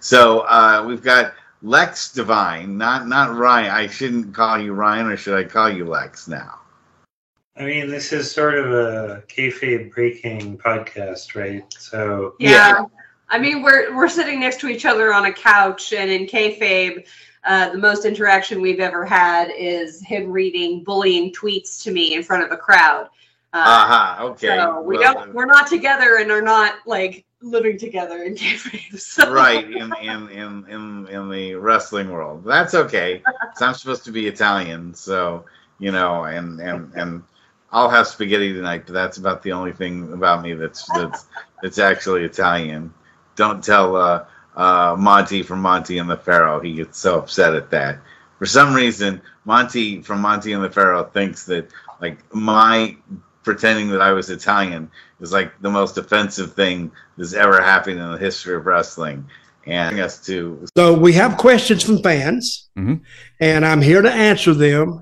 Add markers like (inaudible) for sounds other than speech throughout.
So uh, we've got Lex Divine, not not Ryan. I shouldn't call you Ryan, or should I call you Lex now? I mean, this is sort of a kayfabe breaking podcast, right? So Yeah. Yeah. I mean, we're we're sitting next to each other on a couch, and in kayfabe, uh, the most interaction we've ever had is him reading bullying tweets to me in front of a crowd. Uh, Aha. Ah, okay. So we Well, uh, don't. We're not together, and are not like living together in kayfabe. (laughs) So. right in, in in in in the wrestling world. That's okay. 'cause I'm supposed to be Italian, so you know, and and and I'll have spaghetti tonight. But that's about the only thing about me that's that's that's actually Italian. Don't tell uh, uh, Monty from Monty and the Pharaoh. He gets so upset at that. For some reason, Monty from Monty and the Pharaoh thinks that like my pretending that I was Italian is like the most offensive thing that's ever happened in the history of wrestling. And us to So we have questions from fans, Mhm. and I'm here to answer them.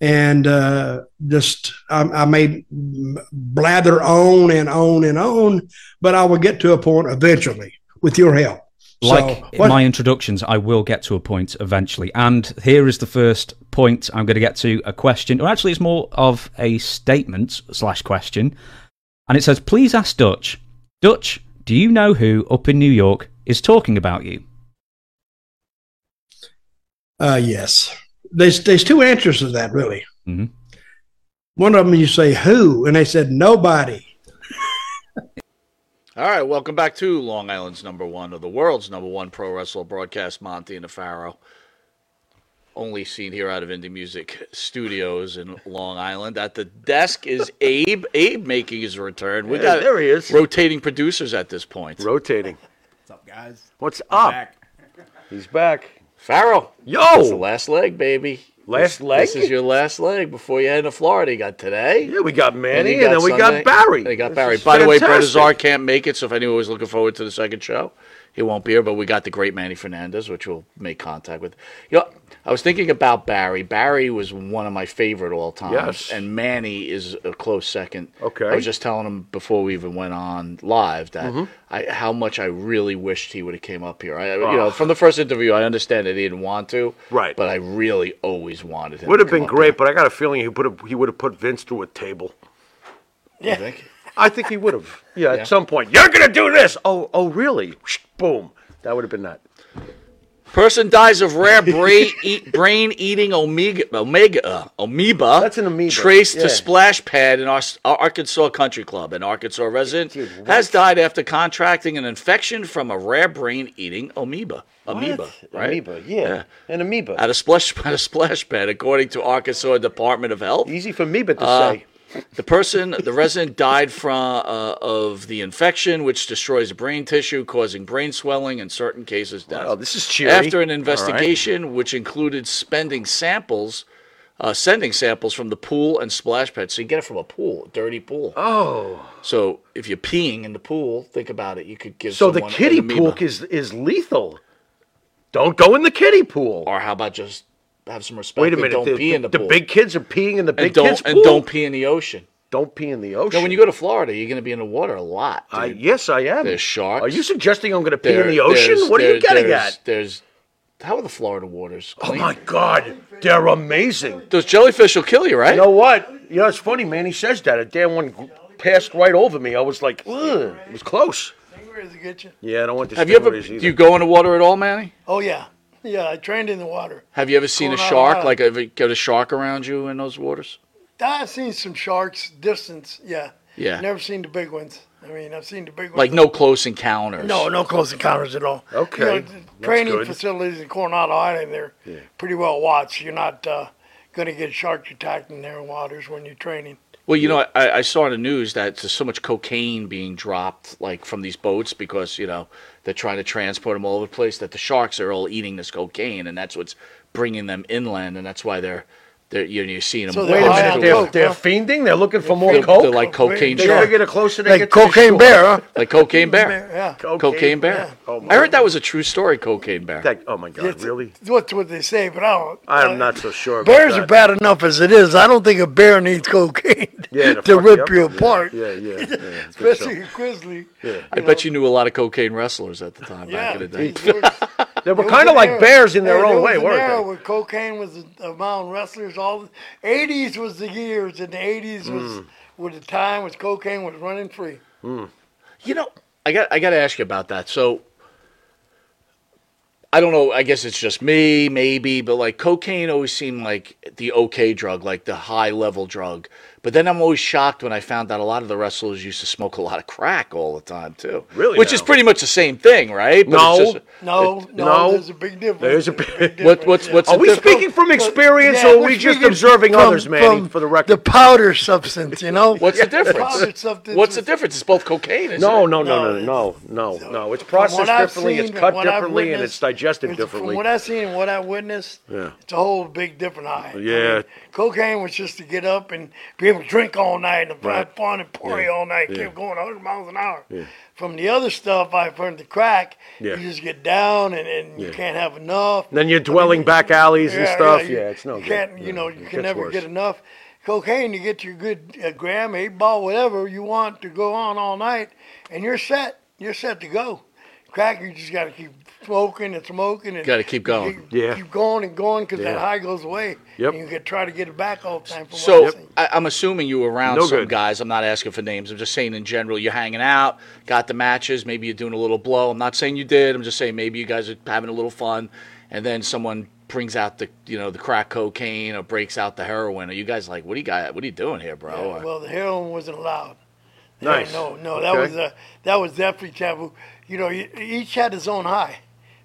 And uh, just I, I may blather on and on and on, but I will get to a point eventually with your help. Like so, what- my introductions, I will get to a point eventually. And here is the first point I'm going to get to a question, or actually, it's more of a statement slash question. And it says, Please ask Dutch, Dutch, do you know who up in New York is talking about you? uh, yes, there's there's two answers to that really. Mhm. One of them you say who, and they said nobody. All right, welcome back to Long Island's number one, or the world's number one pro wrestler broadcast, Monty and the Pharaoh. Only seen here out of Indie Music Studios in Long Island. At the desk is (laughs) Abe. Abe making his return. We Yeah, got there he is. rotating producers at this point. Rotating. guys. What's up? He's back. Pharaoh, it's the Yo! last leg, baby. Last This- leg? This is your last leg before you head to Florida. You got today. Yeah, we got Manny, you and, then we Sunday. got Barry. They got This Barry. is By the way, Brett fantastic. Azar can't make it, so if anyone was looking forward to the second show, he won't be here. But we got the great Manny Fernandez, which we'll make contact with. You know, I was thinking about Barry. Barry was one of my favorite all time. Yes. And Manny is a close second. Okay. Mm-hmm. I was just telling him before we even went on live that I how much I really wished he would have came up here. I, you know, Ah. from the first interview, I understand that he didn't want to. Right. But I really always wanted him. Would to have come been up great, here. but I got a feeling he would have he would have put Vince through a table. You think? I think he would have. Yeah, (laughs) Yeah. at some point. You're gonna do this. Oh, oh, really? Boom. That would have been that. Person dies of rare brain, (laughs) eat, brain eating omega, omega, uh, amoeba. That's an amoeba, Traced yeah. to splash pad in our, our Arkansas Country Club. An Arkansas resident Dude, what? has died after contracting an infection from a rare brain eating amoeba. Amoeba, right? Amoeba. Yeah. An amoeba. At a splash, (laughs) at a splash pad, according to Arkansas Department of Health. Easy for amoeba to Uh, say. The person, the resident, died from uh, of the infection, which destroys brain tissue, causing brain swelling and certain cases death. Oh, this is cheery. After an All right. investigation, which included spending samples, uh, sending samples from the pool and splash pad. So you get it from a pool, a dirty pool. Oh. So if you're peeing in the pool, think about it. You could give So the someone an kiddie amoeba. pool is is lethal. Don't go in the kiddie pool. or how about just have some respect? Wait a and minute. Don't the, pee the- in the, the pool. big kids are peeing in the and big don't kids pool. and don't pee in the ocean. Don't pee in the ocean. Now, when you go to Florida, you're going to be in the water a lot. I, dude. yes, I am. There's sharks. Are you suggesting I'm going to pee There- in the ocean? there's- What are you there- getting there's- at? There's how are the Florida waters? Oh clean? my God, they're amazing. Those jellyfish will kill you, right? You know what? You know it's funny, man. He says that. A damn one g- passed right over me. I was like, Ugh. it was close. Stingrays will get you. Yeah, I don't want this. Have you ever? Do either. you go in the water at all, Manny? Oh yeah, yeah. I trained in the water. Have you ever seen a Going on shark? wild. Like, ever got a shark around you in those waters? I've seen some sharks distance. Yeah. Yeah. Never seen the big ones. I mean, I've seen the big ones. Like no close encounters. No, no close encounters at all. Okay, You know, the that's training good. facilities in Coronado Island, they're pretty well watched. You're not uh, going to get sharks attacked in their waters when you're training. Well, you know, I, I saw in the news that there's so much cocaine being dropped, like from these boats, because you know they're trying to transport them all over the place. That the sharks are all eating this cocaine, and that's what's bringing them inland, and that's why they're They're, you know, you're seeing them. So Wait They're a high minute, on they're, coke, they're huh? fiending. They're looking for more they're, coke. they're like cocaine they shark, figure the closer they Like get to the cocaine shore- bear, huh? like cocaine bear, Yeah. cocaine bear. Oh, my I heard that was a true story. Cocaine bear. That, oh my God! It's- really? That's what they say, but I don't. I am not so sure. About Bears that. are bad enough as it is. I don't think a bear needs cocaine Yeah, (laughs) to fuck rip up. you Yeah, apart, Yeah, yeah. yeah, Good show. especially a grizzly. I bet you knew a lot of cocaine wrestlers at the time Yeah, back in the day. geez, there was- (laughs) They were there kind was of an like era- bears in there- their there own was way, an era weren't where cocaine was among wrestlers. All the, 80s was the years, and the 80s Mm. was was the time was cocaine was running free. You know, I got I got to ask you about that. So I don't know. I guess it's just me, maybe, but like cocaine always seemed like the okay drug, like the high level drug. But then I'm always shocked when I found out a lot of the wrestlers used to smoke a lot of crack all the time too. Really Which now? is pretty much the same thing, right? But No. it's just- No, no, no. there's a big difference. There's a big- big what what's what's difference, they? Are the we difference? speaking from experience, Yeah, or are we're we just speaking observing from- others, Manny? from For the The record. powder substance, you know? What's the Powdered difference? substance What's the is- difference? It's both cocaine. Isn't No, it? no, no, no, No, no, no, no. It's From processed what I've differently, it's seen, cut what I've differently, and witnessed, it's digested it's- differently. From what I seen and what I witnessed, Yeah. it's a whole big different high. I Yeah. mean, cocaine was just to get up and be able to drink all night and Right. have fun and party Yeah. all night, Yeah. keep going 100 miles an hour. Yeah. From the other stuff I've learned to crack, Yeah. you just get down and, and you Yeah. can't have enough. then you're dwelling back alleys and stuff. Yeah, you- it's no You good. can't, you Yeah, know, it you gets can never worse. get enough cocaine. You get your good uh, gram, eight ball, whatever you want to go on all night, and you're set. You're set to go. Crack, you just got to keep smoking and smoking and Gotta keep going. Keep, Yeah. keep going and going because Yeah. that high goes away. Yep. And you can try to get it back all the time. From So what I've seen. I, I'm assuming you were around No some good. guys. I'm not asking for names. I'm just saying in general, you're hanging out, got the matches. Maybe you're doing a little blow. I'm not saying you did. I'm just saying maybe you guys are having a little fun, and then someone brings out the you know the crack cocaine or breaks out the heroin. Are you guys like, what do you got? What are you doing here, bro? Or- well, the heroin wasn't allowed. Nice. No, no, that Okay. was a, that was definitely taboo. You know, e- each had his own high.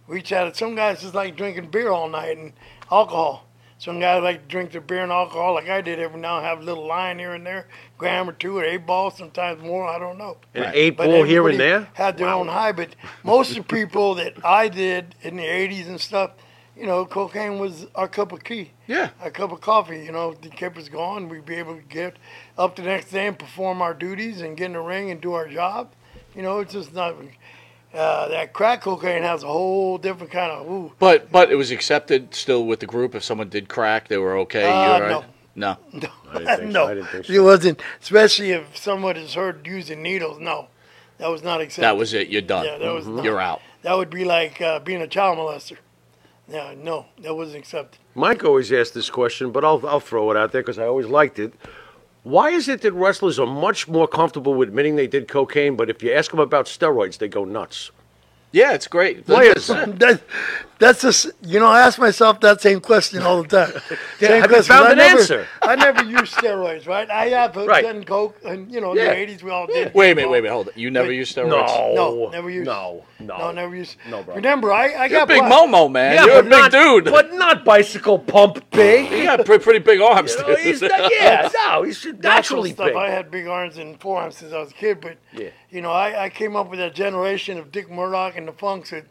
We each had some guys just like drinking beer all night and alcohol. Some guys like to drink their beer and alcohol, like I did every now and have a little line here and there, gram or two or eight balls, sometimes more. I don't know. An eight ball here and everybody there. Had their own high, but most of the people that I did in the '80s and stuff, you know, cocaine was our cup of tea yeah. a cup of coffee, you know, the kept us going. We'd be able to get up the next day and perform our duties and get in the ring and do our job. You know, it's just not. Uh, that crack cocaine has a whole different kind of ooh. But but it was accepted still with the group. If someone did crack, they were okay. Uh, you were no. No. No, didn't (laughs) think so. I no, didn't think so. it wasn't. Especially if someone is heard using needles. No, that was not accepted. That was it. You're done. Yeah, that was Mm-hmm. not- You're out. That would be like uh, being a child molester. Yeah, no, that wasn't accepted. Mike always asked this question, but I'll, I'll throw it out there because I always liked it. Why is it that wrestlers are much more comfortable with admitting they did cocaine, but if you ask them about steroids, they go nuts? Yeah, it's great. Why is that? That, that's just you know. I ask myself that same question all (laughs) the time. Same haven't question. found I an never, answer. I never used steroids, right? I have uh, Right. done coke, and you know, in Yeah. the '80s we all did. Wait a minute. Wait a minute. Hold it. You never Wait, used steroids. No, never used. No, no, no, never used. No, bro. Remember, I, You're I a got big brought- momo, man. Yeah, You're a but big not, dude. but not bicycle pump (laughs) He big. got pre- pretty big arms, You know, dude. Oh, he's not- (laughs) yeah, no, he's natural naturally stuff. big. I had big arms and forearms since I was a kid, but Yeah. you know, I, I came up with that generation of Dick Murdoch and the Funks that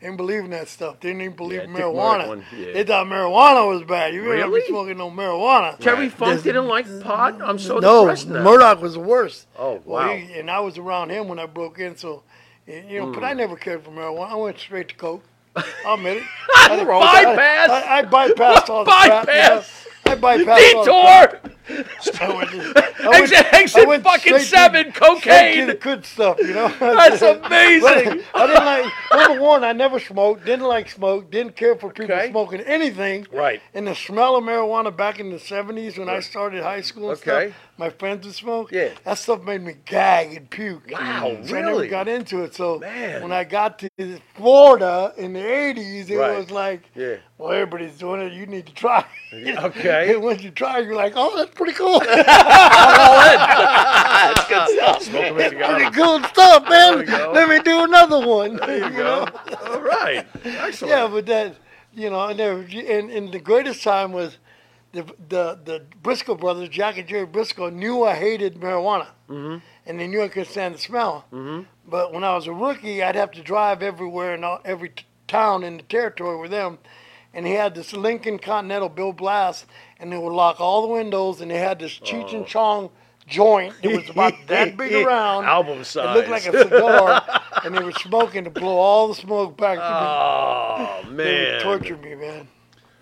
didn't believe in that stuff. They didn't even believe Yeah, in Dick Murdoch marijuana. one, yeah. They thought marijuana was bad. You really? not be Really? smoking no marijuana. Terry Funk There's- didn't like pot. I'm so no, depressed now. Murdoch was the worst. Oh, Well, wow. Hmm. he- and I was around him when I broke in, so eh, you know. But I never cared for marijuana. I went straight to coke. I'll admit it. (laughs) I, Bypass! I, I bypassed all the crap. you know. Bypass! I bypassed all the crap. Detour! I (laughs) went to- I Exit- exit fucking straight to- seven, straight cocaine. To the good stuff, you know. (laughs) (laughs) That's amazing. I didn't like number one. I never smoked. Didn't like smoke. Didn't care for people Okay. smoking anything. Right. And the smell of marijuana back in the seventies when I started high school. And Okay. Stuff, my friends would smoke. Yeah. That stuff made me gag and puke. Wow, So I never really? got into it. So Man. when I got to Florida in the eighties, it Right. was like, Yeah. well, everybody's doing it. (laughs) You need to try. Okay. And once you try, you're like, oh, that's (laughs) pretty cool. (laughs) pretty cool stuff, man. go. Let me do another one. (laughs) There you go. All right. Excellent. Yeah, but that, you know, and, there, and and the greatest time was the the the Briscoe brothers, Jack and Jerry Briscoe, knew I hated marijuana, mm-hmm. and they knew I couldn't stand the smell. Mm-hmm. But when I was a rookie, I'd have to drive everywhere and all, every t- town in the territory with them. and he had this Lincoln Continental Bill Blast, and it would lock all the windows, and it had this Cheech Oh. and Chong joint. It was (laughs) about that big around. Album It looked like size. a (laughs) cigar, and they were smoking to blow all the smoke back. Oh they would man! torture me, man.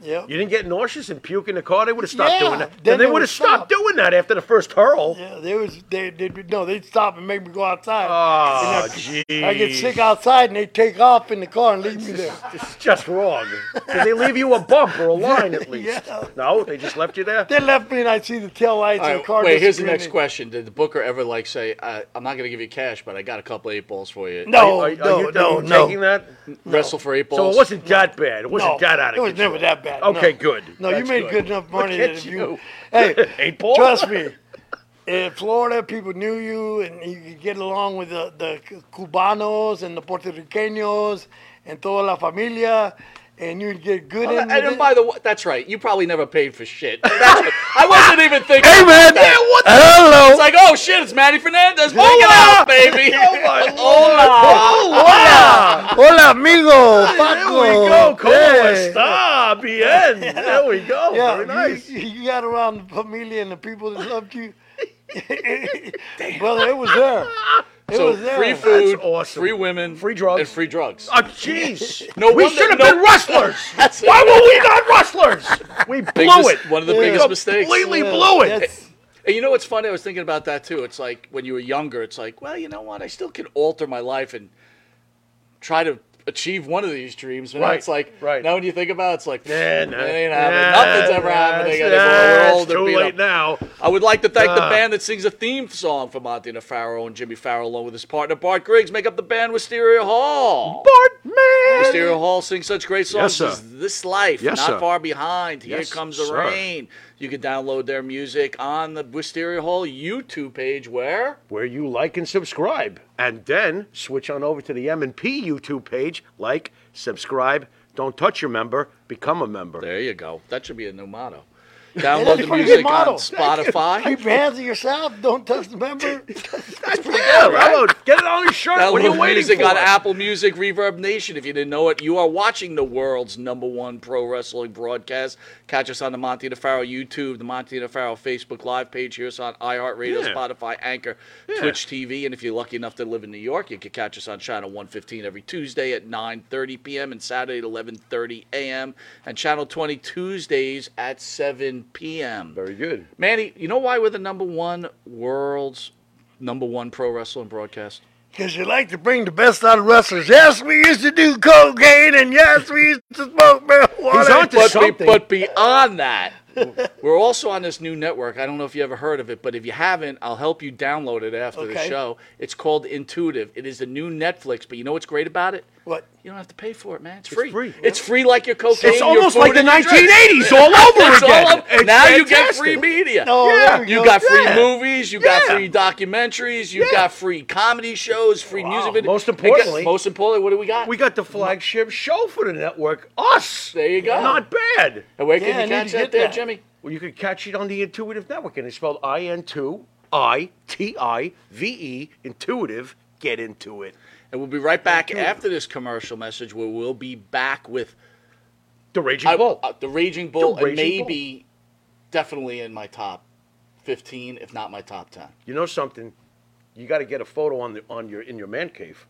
Yep. You didn't get nauseous and puke in the car. They would have stopped Yeah, doing that. then Then, they they would would have stopped stop. doing that after the first hurl. Yeah, they was they did no, they'd stop and make me go outside. Oh, And jeez. I, I get sick outside and they take off in the car and leave me (laughs) there. This is just wrong. Did they leave you a bump (laughs) or a line at least? Yeah. No, they just left you there. They left me and I see the tail lights All of the right, car. wait, here's the disappearing. next question. Did the booker ever like say, I, "I'm not going to give you cash, but I got a couple eight balls for you"? No, Are- are no, you, no, are you no. Taking that, wrestle for eight balls. so it wasn't that bad. It wasn't no, that out of It was control. never that bad. Okay, no. good. No, you That's made good enough money at that if you, you. (laughs) (laughs) hey, Eight ball? trust me, in Florida, people knew you and you could get along with the, the Cubanos and the Puerto Ricanos and toda la familia, and you'd get good. Uh, And, in with then, it. by the way, that's right. You probably never paid for shit. (laughs) That's what- I wasn't even thinking. Hey man, about that. It's like, oh shit, it's Manny Fernandez. Bring it out, (laughs) baby. Oh, (laughs) Hola. Hola, hola, amigo. Paco. There Ah! we go. Como Yeah. está? Bien. There we go. Yeah, Very nice. You, you got around the familia and the people that loved (laughs) you. Brother, it was there. It So was there. free food, That's awesome. free women, Free drugs. and free drugs. Oh, jeez. No we wonder- should have no- been wrestlers. (laughs) That's it. Why were we not wrestlers? We blew mis- it. one of the We biggest mistakes. Completely Yeah, blew it. that's- And you know what's funny? I was thinking about that too. It's like when you were younger, it's like, well, you know what? I still can alter my life and try to achieve one of these dreams. And now Right, it's like, right. now when you think about it, it's like, Yeah, yeah, no. ain't happening. Yeah, Nothing's ever happening that's- anymore. We're that's old and too beat late up. now. I would like to thank the Ah. band that sings a theme song for Monty Nefaro and Jimmy Farrell, along with his partner Bart Griggs, make up the band Wisteria Hall. Wisteria Hall sings such great songs Yes, sir. as This Life, Yes, Not sir. Far Behind, Here Yes, Comes the sir. Rain. You can download their music on the Wisteria Hall YouTube page where? Where you like and subscribe, and then switch on over to the M and P YouTube page. Like, subscribe. Don't touch your member. Become a member. There you go. That should be a (laughs) new motto. that's Download the pretty good music motto. on Spotify. Keep your hands to yourself. Don't touch (laughs) the member. Yeah, Rallo, get it on your shirt. Download what are you waiting music for? on Apple Music, Reverb Nation. If you didn't know it, you are watching the world's number one pro wrestling broadcast. Catch us on the Monty DeFaro YouTube, the Monty DeFaro Facebook Live page. Hear us on iHeartRadio, Yeah. Spotify, Anchor, Twitch TV. And if you're lucky enough to live in New York, you can catch us on Channel 115 every Tuesday at 9.30 p.m. and Saturday at 11.30 a.m. And Channel 20 Tuesdays at 7 p.m. Very good. Manny, you know why we're the number one world's number one pro wrestling broadcast? Because you like to bring the best out of wrestlers. Yes, we used to do cocaine, and yes, we used to smoke marijuana. He's onto but, be, something. but beyond that, (laughs) we're also on this new network. I don't know if you ever heard of it, but if you haven't, I'll help you download it after the Okay. show. It's called Intuitive. It is the new Netflix, but you know what's great about it? What? You don't have to pay for it, man. It's free. free. It's free like your cocaine. It's your almost food, like the and your drink. 1980s all over (laughs) It's all again. up- It's now you get fantastic. free media. Oh, Yeah, there we You go. got free Yeah. movies, you got Yeah. free documentaries, you Yeah. got free comedy shows, free music videos. Most And guess- importantly- most importantly, what do we got? We got the flagship show for the network, us. There you go. Not bad. And where Yeah, can I you need catch to that get there, that. Jimmy? Well, you could catch it on the Intuitive Network, and it's spelled I N 2 I T I V E, Intuitive. Get into it. And we'll be right back after this commercial message where we'll be back with The Raging Bull. uh, the Raging Bull The and Raging Bull. maybe definitely in my top 15, if not my top 10. you know something? You got to get a photo on the on your in your man cave.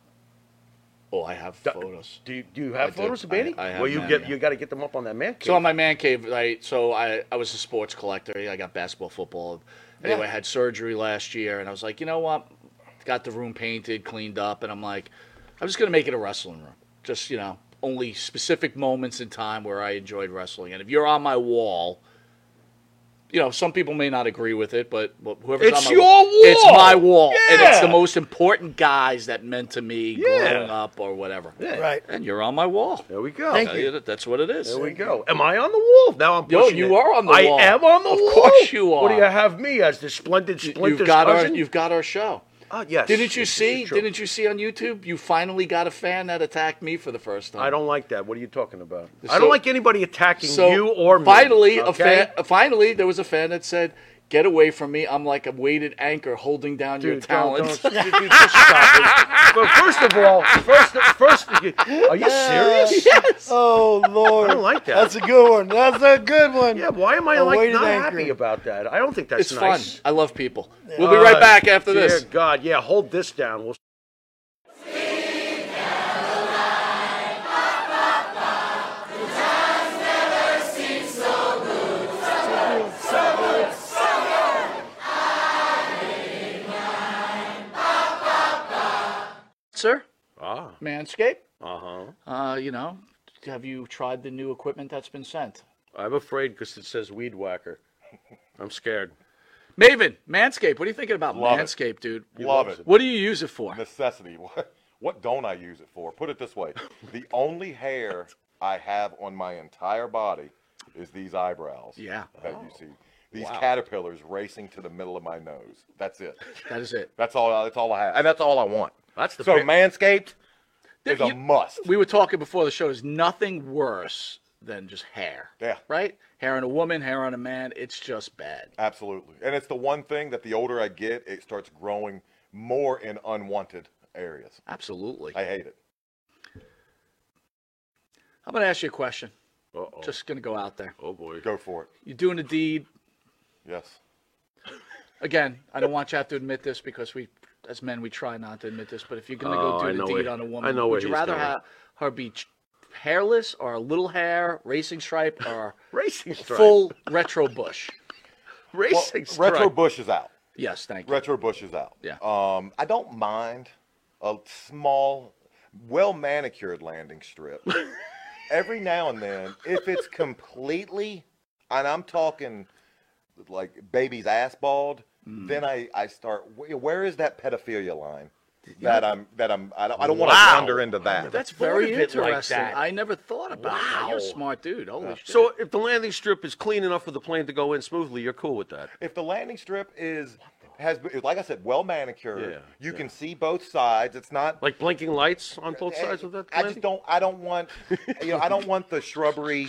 Oh, I have Do- photos. Do you, do you I have do. photos of I- Manny? I have well, you mine, get yeah. you got to get them up on that man cave. So on my man cave, right? So I, I was a sports collector. I got basketball, football. Anyway, I had surgery last year, and I was like, you know what? Got the room painted, cleaned up, and I'm like, I'm just gonna make it a wrestling room. Just you know, only specific moments in time where I enjoyed wrestling. And if you're on my wall, you know, some people may not agree with it, but but whoever's It's on my your it's wall. my wall, and it's the Yeah. most important guys that meant to me Yeah. growing up or whatever. Yeah. Right. And you're on my wall. There we go. Thank Tell you. you that- That's what it is. There we go. Am I on the wall? Now I'm pushing you it. are on the I wall. am on the Of wall. course you What do are. you have me as the splendid You- splinter you've got cousin? our you've got our show. Oh, yes. Didn't It's- you it's see? true. Didn't you see on YouTube? You finally got a fan that attacked me for the first time. I don't like that. What are you talking about? I So- don't like anybody attacking So you or me. finally, a okay? fan. Finally, there was a fan that said, Get away from me. I'm like a weighted anchor holding down your Dude, don't, talents. don't, dude, dude, just stop it. But first of all, first, first, are you (laughs) serious? Oh Lord, I don't like that. That's a good one. That's a good one. Yeah, why am I A like weighted not anchor. happy about that? I don't think that's It's Uh, nice. Uh, fun. I love people. We'll be right back after Dear this. God, yeah, hold this down. We'll Sir, ah, Manscaped, uh huh. Uh-huh. uh, you know, have you tried the new equipment that's been sent? I'm afraid because it says weed whacker. I'm scared. Maven, Manscaped, what are you thinking about Love it. Manscaped, dude? Love it. What do you use it for? necessity. (laughs) What, what don't I use it for? Put it this way the only hair I have on my entire body is these eyebrows Yeah, that you see. These caterpillars racing to the middle of my nose. That's it. that is it. That's all. That's all I have, and that's all I want. That's the So big- manscaped is You- a must. we were talking before the show. There's nothing worse than just hair. Yeah. Right? Hair on a woman, hair on a man. It's just bad. Absolutely, and it's the one thing that the older I get, it starts growing more in unwanted areas. Absolutely. I hate it. I'm going to ask you a question. Uh-oh. Just going to go out there. oh boy. Go for it. You're doing a deed. Yes. Again, I don't want you to have to admit this because we, as men, we try not to admit this. But if you're going to Oh, go I do the know deed where- on a woman, I know where would you he's rather going. have her be ch- hairless or a little hair, racing stripe, (laughs) or Racing stripe. full retro bush? Well, racing stripe. retro bush is out. Yes, thank you. Retro Bush is out. Yeah. Um, I don't mind a small, well manicured landing (laughs) strip. Every now and then, if it's completely, and I'm talking like baby's ass bald, Mm. then I, I start. wh- Where is that pedophilia line? That I'm that I'm I don't I don't want to Wow. wander into that. That's Very thought of it like interesting. that. I never thought about that. You're a Wow. smart dude. Holy shit. So if the landing strip is clean enough for the plane to go in smoothly, you're cool with that. if the landing strip is has like I said, well manicured, Yeah, you yeah. can see both sides. It's not Like blinking lights on both sides of Eh, that. I just landing? don't. I don't want. You know, I don't want the shrubbery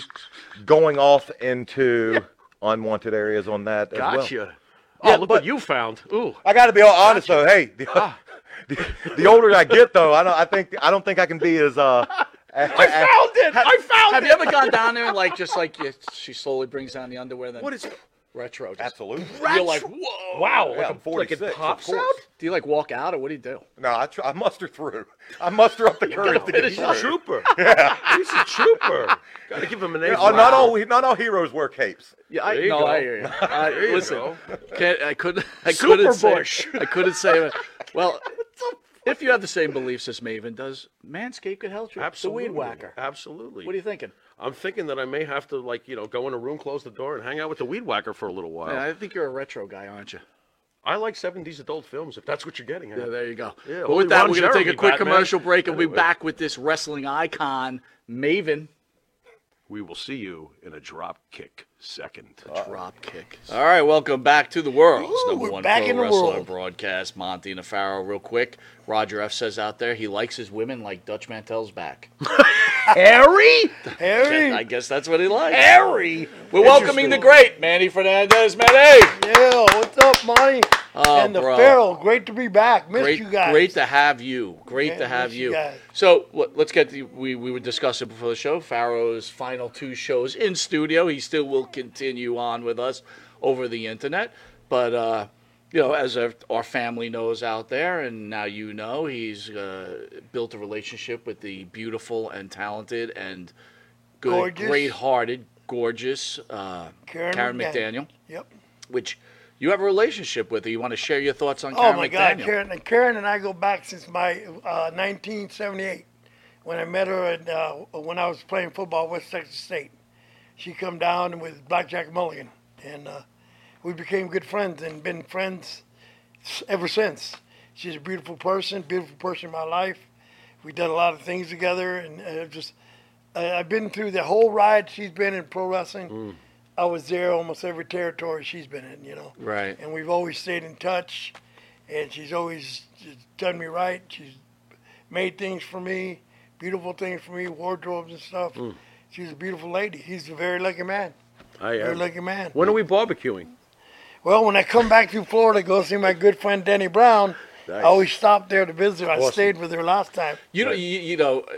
going off into unwanted areas on that. as well. Gotcha. Oh, Yeah, look but- what you found. Ooh. I got to be all honest though. Hey, the, Ah. (laughs) the, the older I get though, I don't. I think I don't think I can be as. (laughs) Uh, I found it. I found Have it. you ever (laughs) gone down there and like just like you, she slowly brings down the underwear then What is? retro? Just, Absolutely. You're like whoa. Wow. Yeah, I'm like, a, like 46, it of pops course. out. Do you like walk out or what do you do? No, I, tr- I muster through. I muster up the courage to get He's a through. trooper. He's a trooper. Gotta give him an A. oh, Yeah, Not all not all heroes wear capes. Yeah, There I you no, go. I hear you. I, you listen, go. can't, I couldn't. I Super couldn't say. Bush. (laughs) I couldn't say. (laughs) Well, if you have the same beliefs as Maven does, Manscaped could help you. Absolutely. The weed whacker. Absolutely. What are you thinking? I'm thinking that I may have to like you know go in a room, close the door, and hang out with the weed whacker for a little while. Yeah, I think you're a retro guy, aren't you? I like 70s adult films if that's what you're getting at. Yeah, there you go. Yeah, but only with that, Ron we're going to take a Jeremy, quick Batman. commercial break and we'll be Anyway. back with this wrestling icon, Maven. We will see you in a drop kick second. Drop kick. All right, welcome back to the world's Ooh, number we're one back pro in the wrestler world. broadcast. Monty Nefaro, real quick. Roger F says out there he likes his women like Dutch Mantel's back. Harry? (laughs) Harry. I guess that's what he likes. Harry, we're welcoming the great Manny Fernandez. Manny, Yeah, what's up, Monty? Oh, and the bro. Pharaoh, great to be back. Missed great, you guys. great to have you. Great Yeah, to have miss you. you guys. So let- let's get the, we we were discussing before the show. Farrow's final two shows in studio. He still will continue on with us over the internet, but uh, you know, as our, our family knows out there, and now you know, he's uh, built a relationship with the beautiful and talented and good, Gorgeous. great-hearted, gorgeous uh, Karen Karen McDaniel. McDaniel, Yep. which. You have a relationship with her. You want to share your thoughts on Oh Karen my McDaniel? God, Karen and Karen and I go back since my uh, 1978 when I met her at, uh, when I was playing football at West Texas State. She come down with Blackjack Mulligan, and uh, we became good friends and been friends s- ever since. She's a beautiful person, beautiful person in my life. We've done a lot of things together, and uh, just I I've been through the whole ride she's been in pro wrestling. I was there almost every territory she's been in, you know. Right. And we've always stayed in touch, and she's always just done me right. She's made things for me, beautiful things for me, wardrobes and stuff. She's a beautiful lady. He's a very lucky man. Mm. I Very am. lucky man. When are we barbecuing? Well, when I come back to Florida to go see my good friend Danny Brown, I always stop there to visit. her. I Awesome. stayed with her last time. You know, you, you know. uh,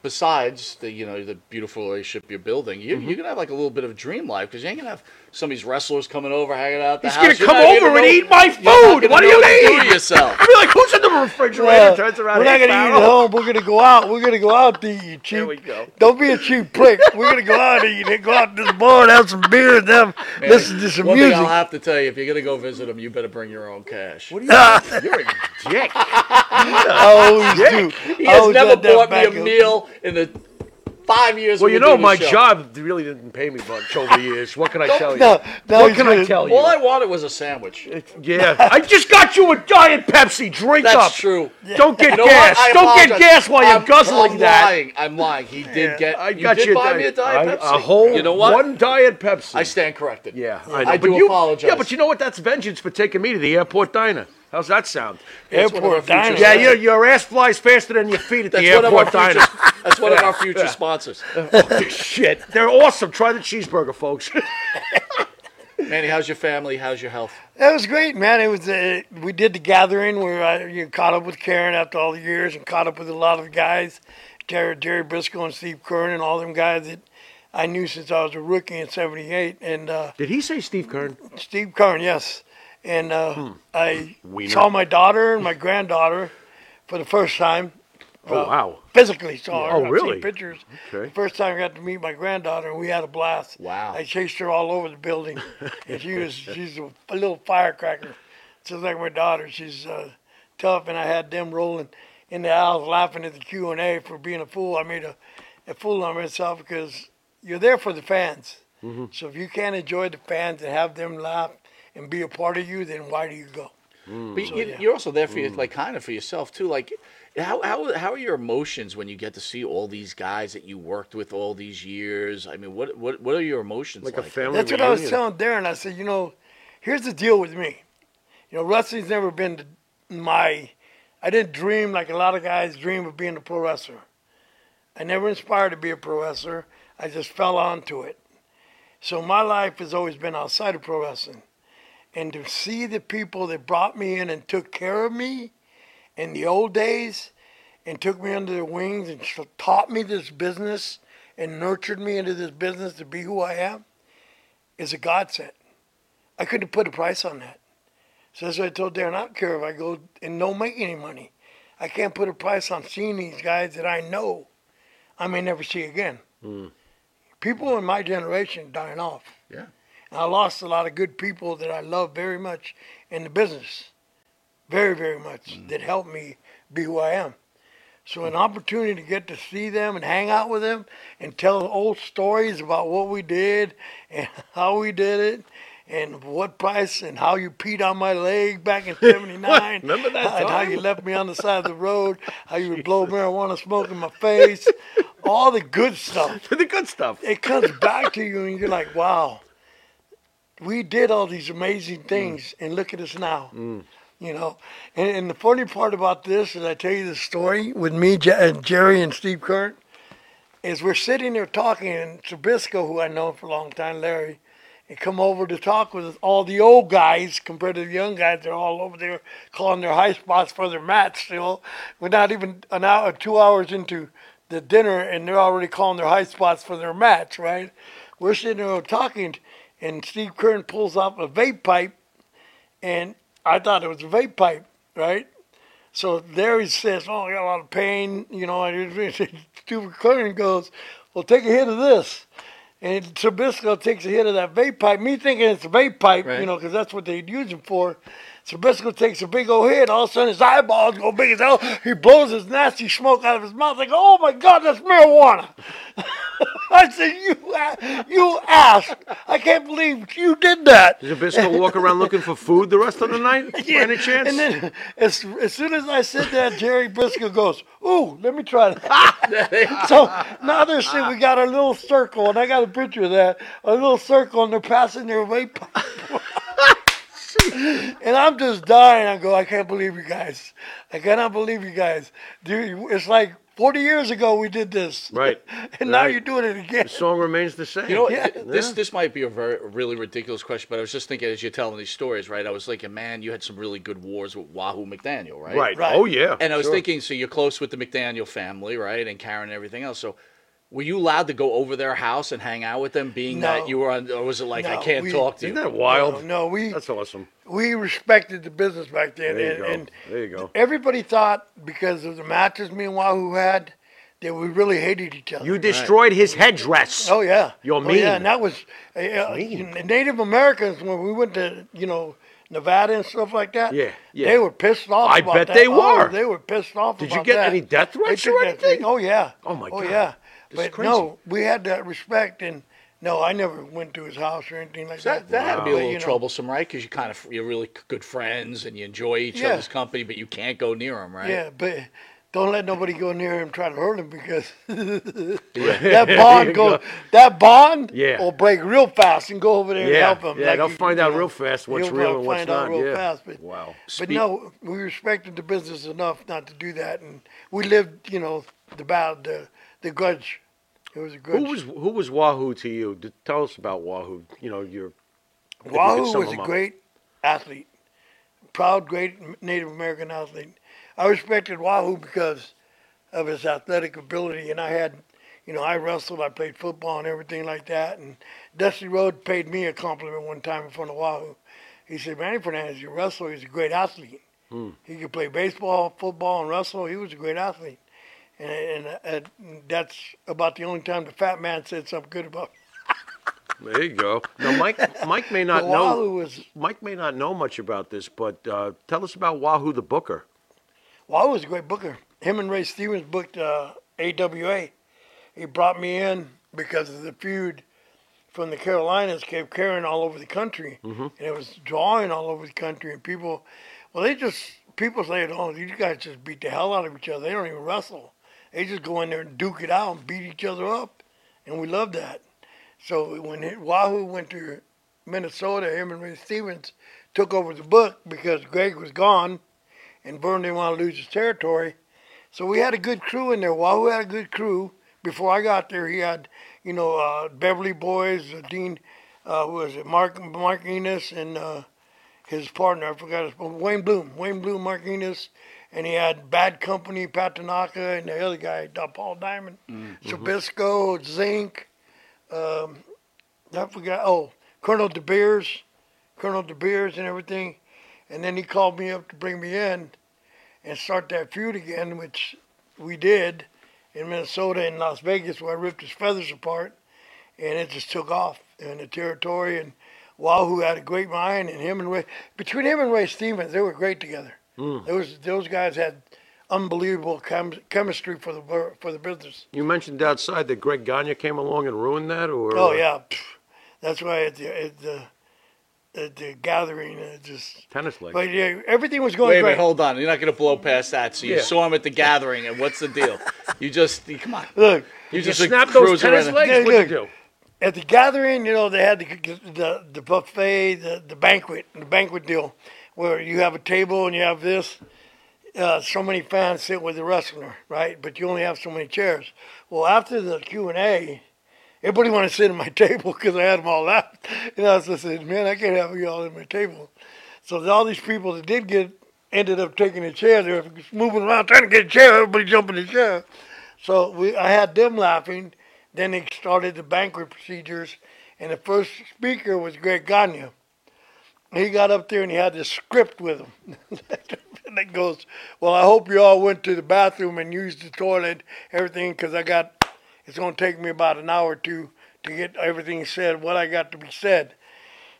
Besides the you know the beautiful relationship you're building, you, Mm-hmm. you're gonna have like a little bit of a dream life because you ain't gonna have some of these wrestlers coming over, hanging out. At the He's house. gonna You're come not over gonna and know- eat my you're not food. gonna What do know you to mean? to yourself? (laughs) I'd be like, who's in the refrigerator? Well, Turns around, we're not Hank gonna eat at Barrow. home. We're gonna go out. We're gonna go out to eat. You cheap. There we go. Don't be a cheap prick. We're gonna go out to eat. Go out to this bar and have some beer and have, Man, listen to some one music. thing I'll have to tell you, if you're gonna go visit them, you better bring your own cash. What I (laughs) you're (laughs) a dick. always do. He I has always never oh, got that bought me a backup. meal in the five years. Well, we've you been know, doing the my show. job really didn't pay me much over the years. What can I tell you? No, no, what he's can I gonna- tell you? All I wanted was a sandwich. Yeah, I just got you a giant Pepsi. Drink That's up. true. Don't get You know what? gas. I Don't get apologize. gas while I'm- you're guzzling I'm that. Lying. I'm lying. He did get. I you got did you buy me a diet I- Pepsi. A whole You know what? one diet Pepsi. I stand corrected. Yeah, I, know, do but you, apologize. Yeah, but you know what? That's vengeance for taking me to the airport diner. How's that sound? That's one of our Airport diner. Yeah, future- your, your ass flies faster than your feet at the That's one of our airport future. diner. That's one of Yeah, our future yeah. sponsors. Shit, they're awesome. Try the cheeseburger, folks. Manny, how's your family? How's your health? That was great, man. It was uh, we did the gathering where I you know, caught up with Karen after all the years and caught up with a lot of the guys, Jerry, Jerry Briscoe and Steve Kern and all them guys that I knew since I was a rookie in '78. And uh, Did he say Steve Kern? Steve Kern, yes. And uh, I saw my daughter and my granddaughter for the first time. Oh wow. Physically saw her. Oh, I've seen really? pictures. Okay. The first time I got to meet my granddaughter, we had a blast. Wow. I chased her all over (laughs) the building, and she was she's a, a little firecracker, just like my daughter. She's uh, tough, and I had them rolling in the aisles laughing at the Q and A for being a fool. I made a, a fool of myself because you're there for the fans. Mm-hmm. So if you can't enjoy the fans and have them laugh and be a part of you, then why do you go? Mm. But you, you're also there for your, like kind of for yourself too. Like, how, how how are your emotions when you get to see all these guys that you worked with all these years? I mean, what what what are your emotions like? Like a family That's what I was reunion. telling Darren. I said, you know, here's the deal with me. You know, wrestling's never been th- my. I didn't dream like a lot of guys dream of being a pro wrestler. I never inspired to be a pro wrestler. I just fell onto it. So my life has always been outside of pro wrestling, and to see the people that brought me in and took care of me, in the old days, and took me under their wings and sh- taught me this business and nurtured me into this business to be who I am is a godsend. I couldn't put a price on that. So that's what I told Darren. I don't care if I go and don't make any money. I can't put a price on seeing these guys that I know I may never see again. People in my generation dying off. Yeah. And I lost a lot of good people that I love very much in the business, very, very much, Mm-hmm. that helped me be who I am. So an opportunity to get to see them and hang out with them and tell old stories about what we did and (laughs) how we did it and what price and how you peed on my leg (laughs) back in 79 Remember that and how you time? left me on the side of the road how you (laughs) would blow marijuana smoke in my face all the good stuff the good stuff. it comes back to you and you're like, wow, we did all these amazing things and look at us now. You know, and, and the funny part about this is I tell you the story with me, J- and Jerry, and Steve Kern, is we're sitting there talking, and Trubisco, who I know for a long time, Larry, and come over to talk with us, all the old guys compared to the young guys. They're all over there calling their high spots for their mats still. We're not even an hour, two hours into the dinner, and they're already calling their high spots for their mats, right? We're sitting there talking, and Steve Kern pulls off a vape pipe, and I thought it was a vape pipe, right? So there he says, Oh, I got a lot of pain, you know. And (laughs) Stupid Kern goes, Well, take a hit of this. And Trubisco takes a hit of that vape pipe. Me thinking it's a vape pipe, Right. you know, because that's what they'd use him for. Trubisco takes a big old hit. All of a sudden, his eyeballs go big as hell. He blows his nasty smoke out of his mouth. I go, oh my God, that's marijuana. (laughs) I said, you, a- you asked. I can't believe you did that. Did Zabisco walk around looking for food the rest of the night? By any chance? And then as, as soon as I said that, Jerry Briscoe goes, Ooh, let me (laughs) try that. so now they're saying we got a little circle, and I got a picture of that a little circle, and they're passing their vape pipe. (laughs) and I'm just dying. I go, I can't believe you guys. I cannot believe you guys. Dude, it's like 40 years ago we did this. Right. (laughs) And now Right. you're doing it again. The song remains the same. You know, (laughs) Yeah. what? th- this this might be a very really ridiculous question, but I was just thinking as you're telling these stories, right? I was thinking, man, you had some really good wars with Wahoo McDaniel, right? right. Right. Oh yeah. And I was thinking, so you're close with the McDaniel family, right? And Karen and everything else. So were you allowed to go over their house and hang out with them, being No. that you were on, or was it like, I No, can't we- talk to Isn't you? that No, wild? no, we That's awesome. we respected the business back then. There you and, go. and There you go. Everybody thought because of the matches me and Wahoo had that we really hated each other. You destroyed his headdress. Oh yeah. You're Oh, yeah, mean. and that was uh, uh, Native Americans when we went to you know Nevada and stuff like that. Yeah, yeah. They were pissed off. I about bet that. they Oh, were. they were pissed off. Did you about get that. any death They threats took or that thing- anything? Oh yeah. Oh, my Oh God. yeah. This is But no, we had that respect, and no, I never went to his house or anything like So that that. that had to be a But, little you know, troublesome, right? Because you kind of you're really good friends and you enjoy each Yeah. other's company, but you can't go near them, right? Yeah, but don't let nobody go near him try to hurt him because (laughs) that bond go that bond Yeah. will break real fast and go over there Yeah, and help him. yeah, they'll find out real fast what's you'll real and what's find not, out real yeah. fast, but, Wow. but Speak- no, we respected the business enough not to do that, and we lived, you know, the battle, the the grudge. It was a grudge. Who was who was Wahoo to you? D- Tell us about Wahoo. You know, your you could Wahoo sum was him a up. great athlete, proud, great Native American athlete. I respected Wahoo because of his athletic ability, and I had, you know, I wrestled, I played football, and everything like that. And Dusty Road paid me a compliment one time in front of Wahoo. He said, "Manny Fernandez, you wrestler, he's a great athlete. Hmm. He could play baseball, football, and wrestle. He was a great athlete." And, and uh, that's about the only time the fat man said something good about. There you go. Now, Mike, Mike may (laughs) But not Wahoo know. was Mike may not know much about this, but uh, tell us about Wahoo the Booker. Well, I was a great booker. Him and Ray Stevens booked uh, AWA. He brought me in because of the feud from the Carolinas kept carrying all over the country, and it was drawing all over the country. And people, well, they just people say, "Oh, these guys just beat the hell out of each other. They don't even wrestle. They just go in there and duke it out and beat each other up." And we love that. So when he- Wahoo went to Minnesota, him and Ray Stevens took over the book because Greg was gone and Vern didn't want to lose his territory. So we had a good crew in there. Wahoo had a good crew. Before I got there, he had, you know, uh, Beverly Boys, uh, Dean, uh, who was it, Mark, Mark Enos, and uh, his partner, I forgot his Wayne Bloom. Wayne Bloom, Mark Enos, and he had Bad Company, Pat Tanaka, and the other guy, uh, Paul Diamond, Sabisco, Zinc, um, I forgot, oh, Colonel De Beers, Colonel De Beers and everything. And then he called me up to bring me in and start that feud again, which we did in Minnesota and Las Vegas, where I ripped his feathers apart, and it just took off in the territory. And Wahoo had a great mind, and him and Ray, between him and Ray Stevens, they were great together. Mm. Those those guys had unbelievable chem- chemistry for the wor- for the business. You mentioned outside that Greg Gagne came along and ruined that, or Oh yeah, Pff, that's why at the at the, at the gathering, it just tennis leg. but yeah, everything was going Wait a great. minute, hold on. You're not going to blow past that. So you Yeah. saw him at the gathering, and what's the deal? You just you- come on. Look, You You just like, snap those cruise tennis around. legs. Yeah, What you look. do? at the gathering, you know, they had the the, the buffet, the, the banquet, the banquet deal, where you have a table and you have this. Uh, so many fans sit with the wrestler, right? But you only have so many chairs. Well, after the Q and A, everybody wanted to sit at my (laughs) table because I had them all out. And I was just saying, man, I can't have you all at my table. So all these people that did get ended up taking a chair. They were moving around trying to get a chair. Everybody jumping the chair. So we, I had them laughing. Then they started the banquet procedures, and the first speaker was Greg Gagne. He got up there and he had this script with him. (laughs) and it goes, Well, I hope you all went to the bathroom and used the toilet, everything, because I got, it's going to take me about an hour or two to get everything said, what I got to be said.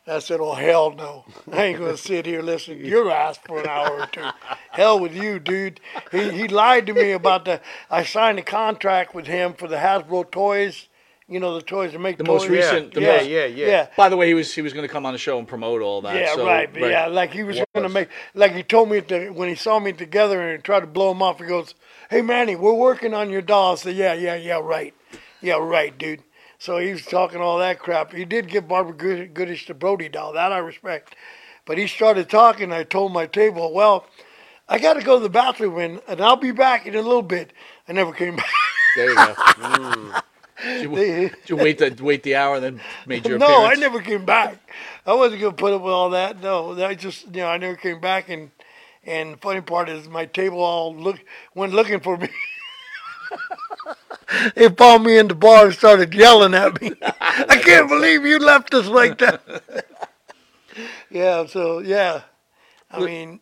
And I said, Oh, hell no. I ain't going to sit (laughs) here listening to your ass for an hour or two. hell with you, dude. He, he lied to me about the, I signed a contract with him for the Hasbro toys, you know, the toys to make The toys. most recent. the Yeah, most- yeah, yeah. yeah. By the way, he was he was going to come on the show and promote all that. Yeah, so, right. But yeah, like he was, gonna Was. make, like he told me at the, when he saw me together and tried to blow him off. He goes, "Hey Manny, we're working on your doll." I said, "Yeah, yeah, yeah, right, yeah, right, dude." So he was talking all that crap. He did give Barbara Good- Goodish the Brody doll. That I respect. But he started talking. I told my table, well, I got to go to the bathroom and, and I'll be back in a little bit. I never came (laughs) back. There you go. (laughs) Mm. Did, you, They- did you wait the wait the hour and then made your (laughs) no, I appearance? never came back. I wasn't gonna put up with all that. No, I just you know I never came back, and and the funny part is my table all look went looking for me. (laughs) they found me in the bar and started yelling at me. (laughs) I can't believe you left us like that. (laughs) yeah, so yeah, I mean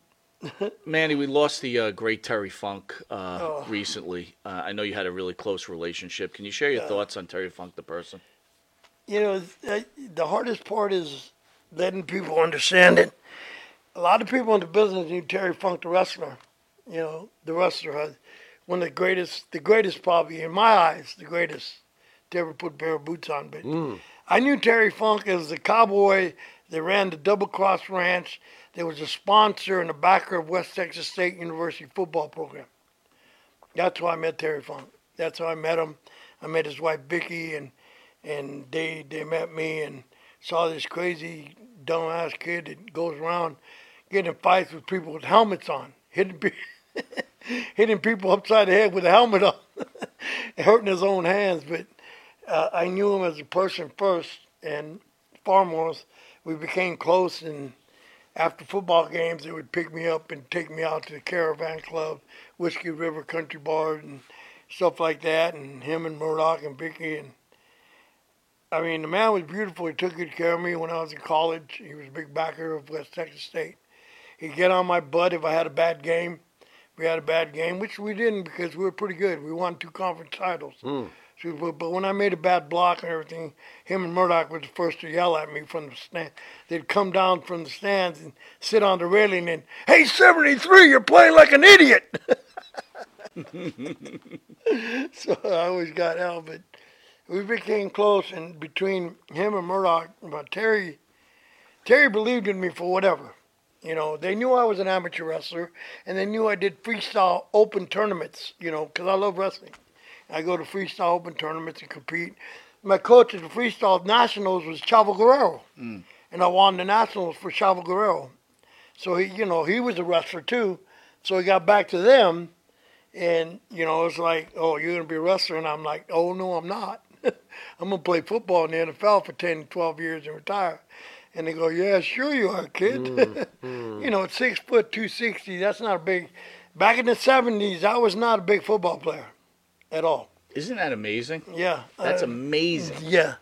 Manny, we lost the uh, great Terry Funk uh, Oh. recently. Uh, I know you had a really close relationship. Can you share your thoughts on Terry Funk, the person? you know uh, the hardest part is letting people understand it. A lot of people in the business knew Terry Funk the wrestler. You know, the wrestler, uh, one of the greatest, the greatest probably in my eyes, the greatest to ever put bare boots on. Mm-hmm. But Hmm. Uh, I knew Terry Funk as the cowboy that ran the Double Cross Ranch. That was a sponsor and a backer of West Texas State University football program. That's why I met Terry Funk. That's how I met him. I met his wife Vicky, and and they they met me and saw this crazy dumbass kid that goes around getting in fights with people with helmets on, hitting pe- (laughs) hitting people upside the head with a helmet on, (laughs) and hurting his own hands. But uh, I knew him as a person first, and foremost, we became close. And after football games, they would pick me up and take me out to the Caravan Club, Whiskey River Country Bar, and stuff like that. And him and Murdoch and Vicky and I mean, the man was beautiful. He took good care of me when I was in college. He was a big backer of West Texas State. He'd get on my butt if I had a bad game. We had a bad game, which we didn't because we were pretty good. We won two conference titles. So, but, but when I made a bad block and everything, him and Murdoch were the first to yell at me from the stand. They'd come down from the stands and sit on the railing and, hey, 73, you're playing like an idiot. (laughs) so I always got out, but we became close, and between him and Murdoch, but Terry, Terry believed in me for whatever. You know, they knew I was an amateur wrestler, and they knew I did freestyle open tournaments. You know, because I love wrestling. I go to freestyle open tournaments and compete. My coach at the freestyle nationals was Chavo Guerrero, and I won the nationals for Chavo Guerrero. So he, you know, he was a wrestler too. So he got back to them, and you know, it's like, oh, you're gonna be a wrestler, and I'm like, oh no, I'm not. (laughs) I'm gonna play football in the NFL for 10, 12 years and retire. And they go, yeah, sure you are, kid. (laughs) you know, six foot two sixty. That's not a big. Back in the seventies, I was not a big football player, at all. Isn't that amazing? Yeah, That's uh, amazing. yeah,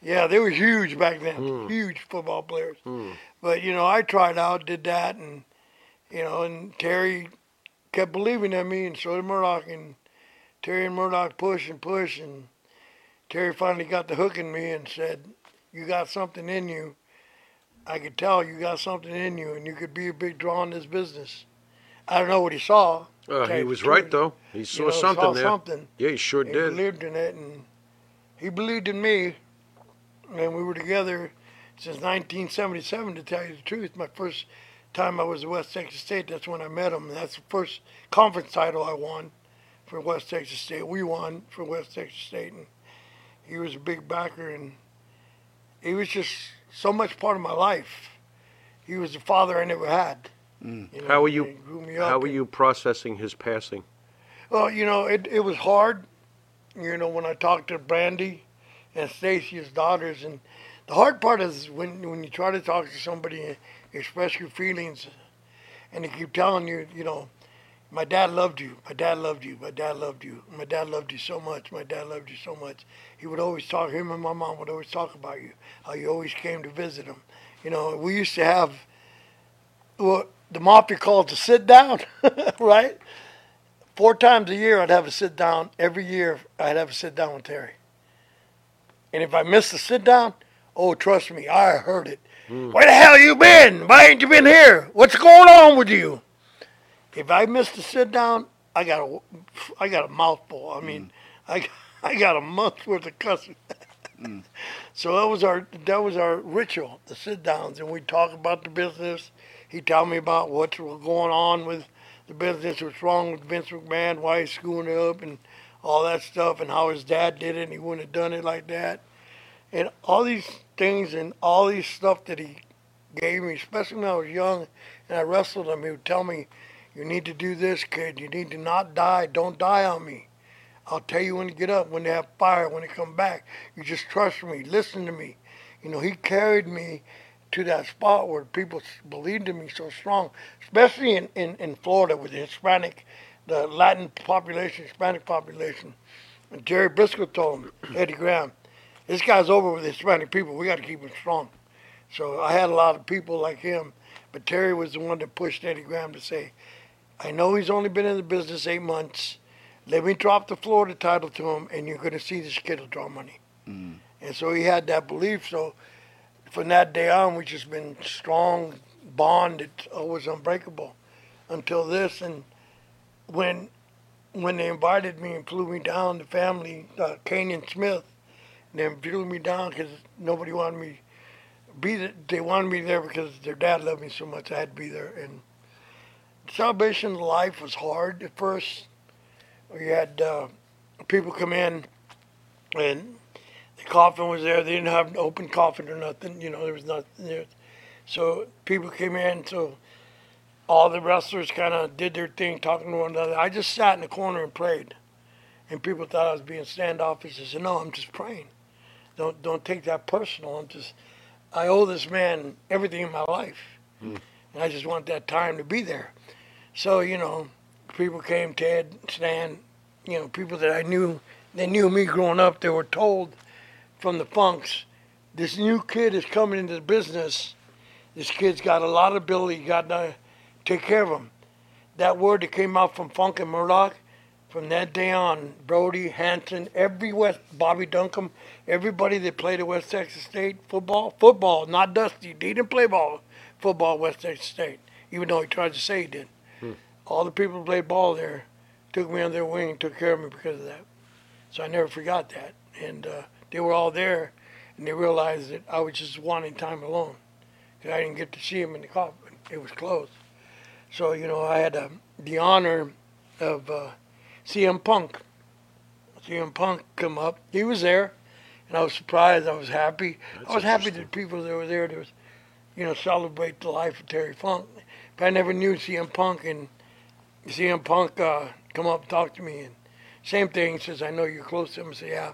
yeah, they were huge back then. Hmm. Huge football players. But you know, I tried out, did that, and you know, and Terry kept believing in me, and so did Murdoch, and Terry and Murdoch pushed and pushed, and Terry finally got the hook in me and said, "You got something in you. I could tell you got something in you, and you could be a big draw in this business." I don't know what he saw. Uh, he Tell you was the right truth. though. He saw You know, something saw there. something. Yeah, he sure He did. believed in it, and he believed in me, and we were together since 1977. To tell you the truth, my first time I was at West Texas State, that's when I met him. That's the first conference title I won for West Texas State. We won for West Texas State, and he was a big backer, and he was just so much part of my life. He was the father I never had. You know, Mm. How are he you? grew me How up are and- you processing his passing? well, you know, it, it was hard. You know, when I talked to Brandy and Stacy, his daughters, and the hard part is when when you try to talk to somebody and express your feelings, and they keep telling you, you know, my dad loved you, my dad loved you, my dad loved you, my dad loved you so much, my dad loved you so much. He would always talk. Him and my mom would always talk about you, how you always came to visit him. You know, we used to have what the mafia called the sit down, (laughs) right? four times a year I'd have a sit down. Every year I'd have a sit down with Terry. And if I missed the sit down, oh trust me, I heard it. Where the hell you been? Why ain't you been here? What's going on with you? If I missed the sit down, I got a, I got a mouthful. I mean, I, I got a month's worth of cussing. (laughs) So that was our that was our ritual, the sit downs, and we talk about the business. He tell me about what's going on with the business, what's wrong with Vince McMahon, why he's screwing it up, and all that stuff, and how his dad did it, and he wouldn't have done it like that, and all these things, and all these stuff that he gave me, especially when I was young and I wrestled him, he would tell me, You need to do this, kid. You need to not die. Don't die on me. I'll tell you when to get up, when to have fire, when to come back. You just trust me. Listen to me. You know, he carried me to that spot where people s- believed in me so strong, especially in, in, in Florida with the Hispanic, the Latin population, Hispanic population. And Jerry Briscoe told him, Eddie Graham, this guy's over with the Hispanic people. We got to keep him strong. So I had a lot of people like him, but Terry was the one that pushed Eddie Graham to say, I know he's only been in the business eight months. Let me drop the Florida title to him, and you're going to see this kid will draw money. And so he had that belief. So from that day on, we've just been strong, bonded, always unbreakable until this. And when when they invited me and flew me down, the family, uh, Kane and Smith, they flew me down because nobody wanted me to be there. They wanted me there because their dad loved me so much. I had to be there. And Salvation Life was hard at first. We had uh, people come in and the coffin was there. They didn't have an open coffin or nothing. You know, there was nothing there. So people came in. So all the wrestlers kind of did their thing, talking to one another. I just sat in the corner and prayed, and people thought I was being standoffish. I said, "No, I'm just praying. Don't don't take that personal. I'm just I owe this man everything in my life, and I just want that time to be there." So you know, people came, Ted, Stan, you know, people that I knew. They knew me growing up. They were told from the funks, this new kid is coming into the business. This kid's got a lot of ability. You got to take care of him. That word that came out from Funk and Murdoch, from that day on, Brody, Hanson, every West, Bobby Duncombe, everybody that played at West Texas State football, football, not Dusty. He didn't play ball, football at West Texas State, even though he tried to say he did. All the people who played ball there took me under their wing and took care of me because of that. So I never forgot that. And uh, they were all there, and they realized that I was just wanting time alone. 'cause I didn't get to see him in the coffin. It was closed. So, you know, I had uh, the honor of uh, CM Punk. CM Punk come up. He was there, and I was surprised. I was happy. I was happy that people that were there to, you know, celebrate the life of Terry Funk. But I never knew CM Punk, and CM Punk uh, come up and talk to me, and same thing. He says, I know you're close to him. I said, yeah.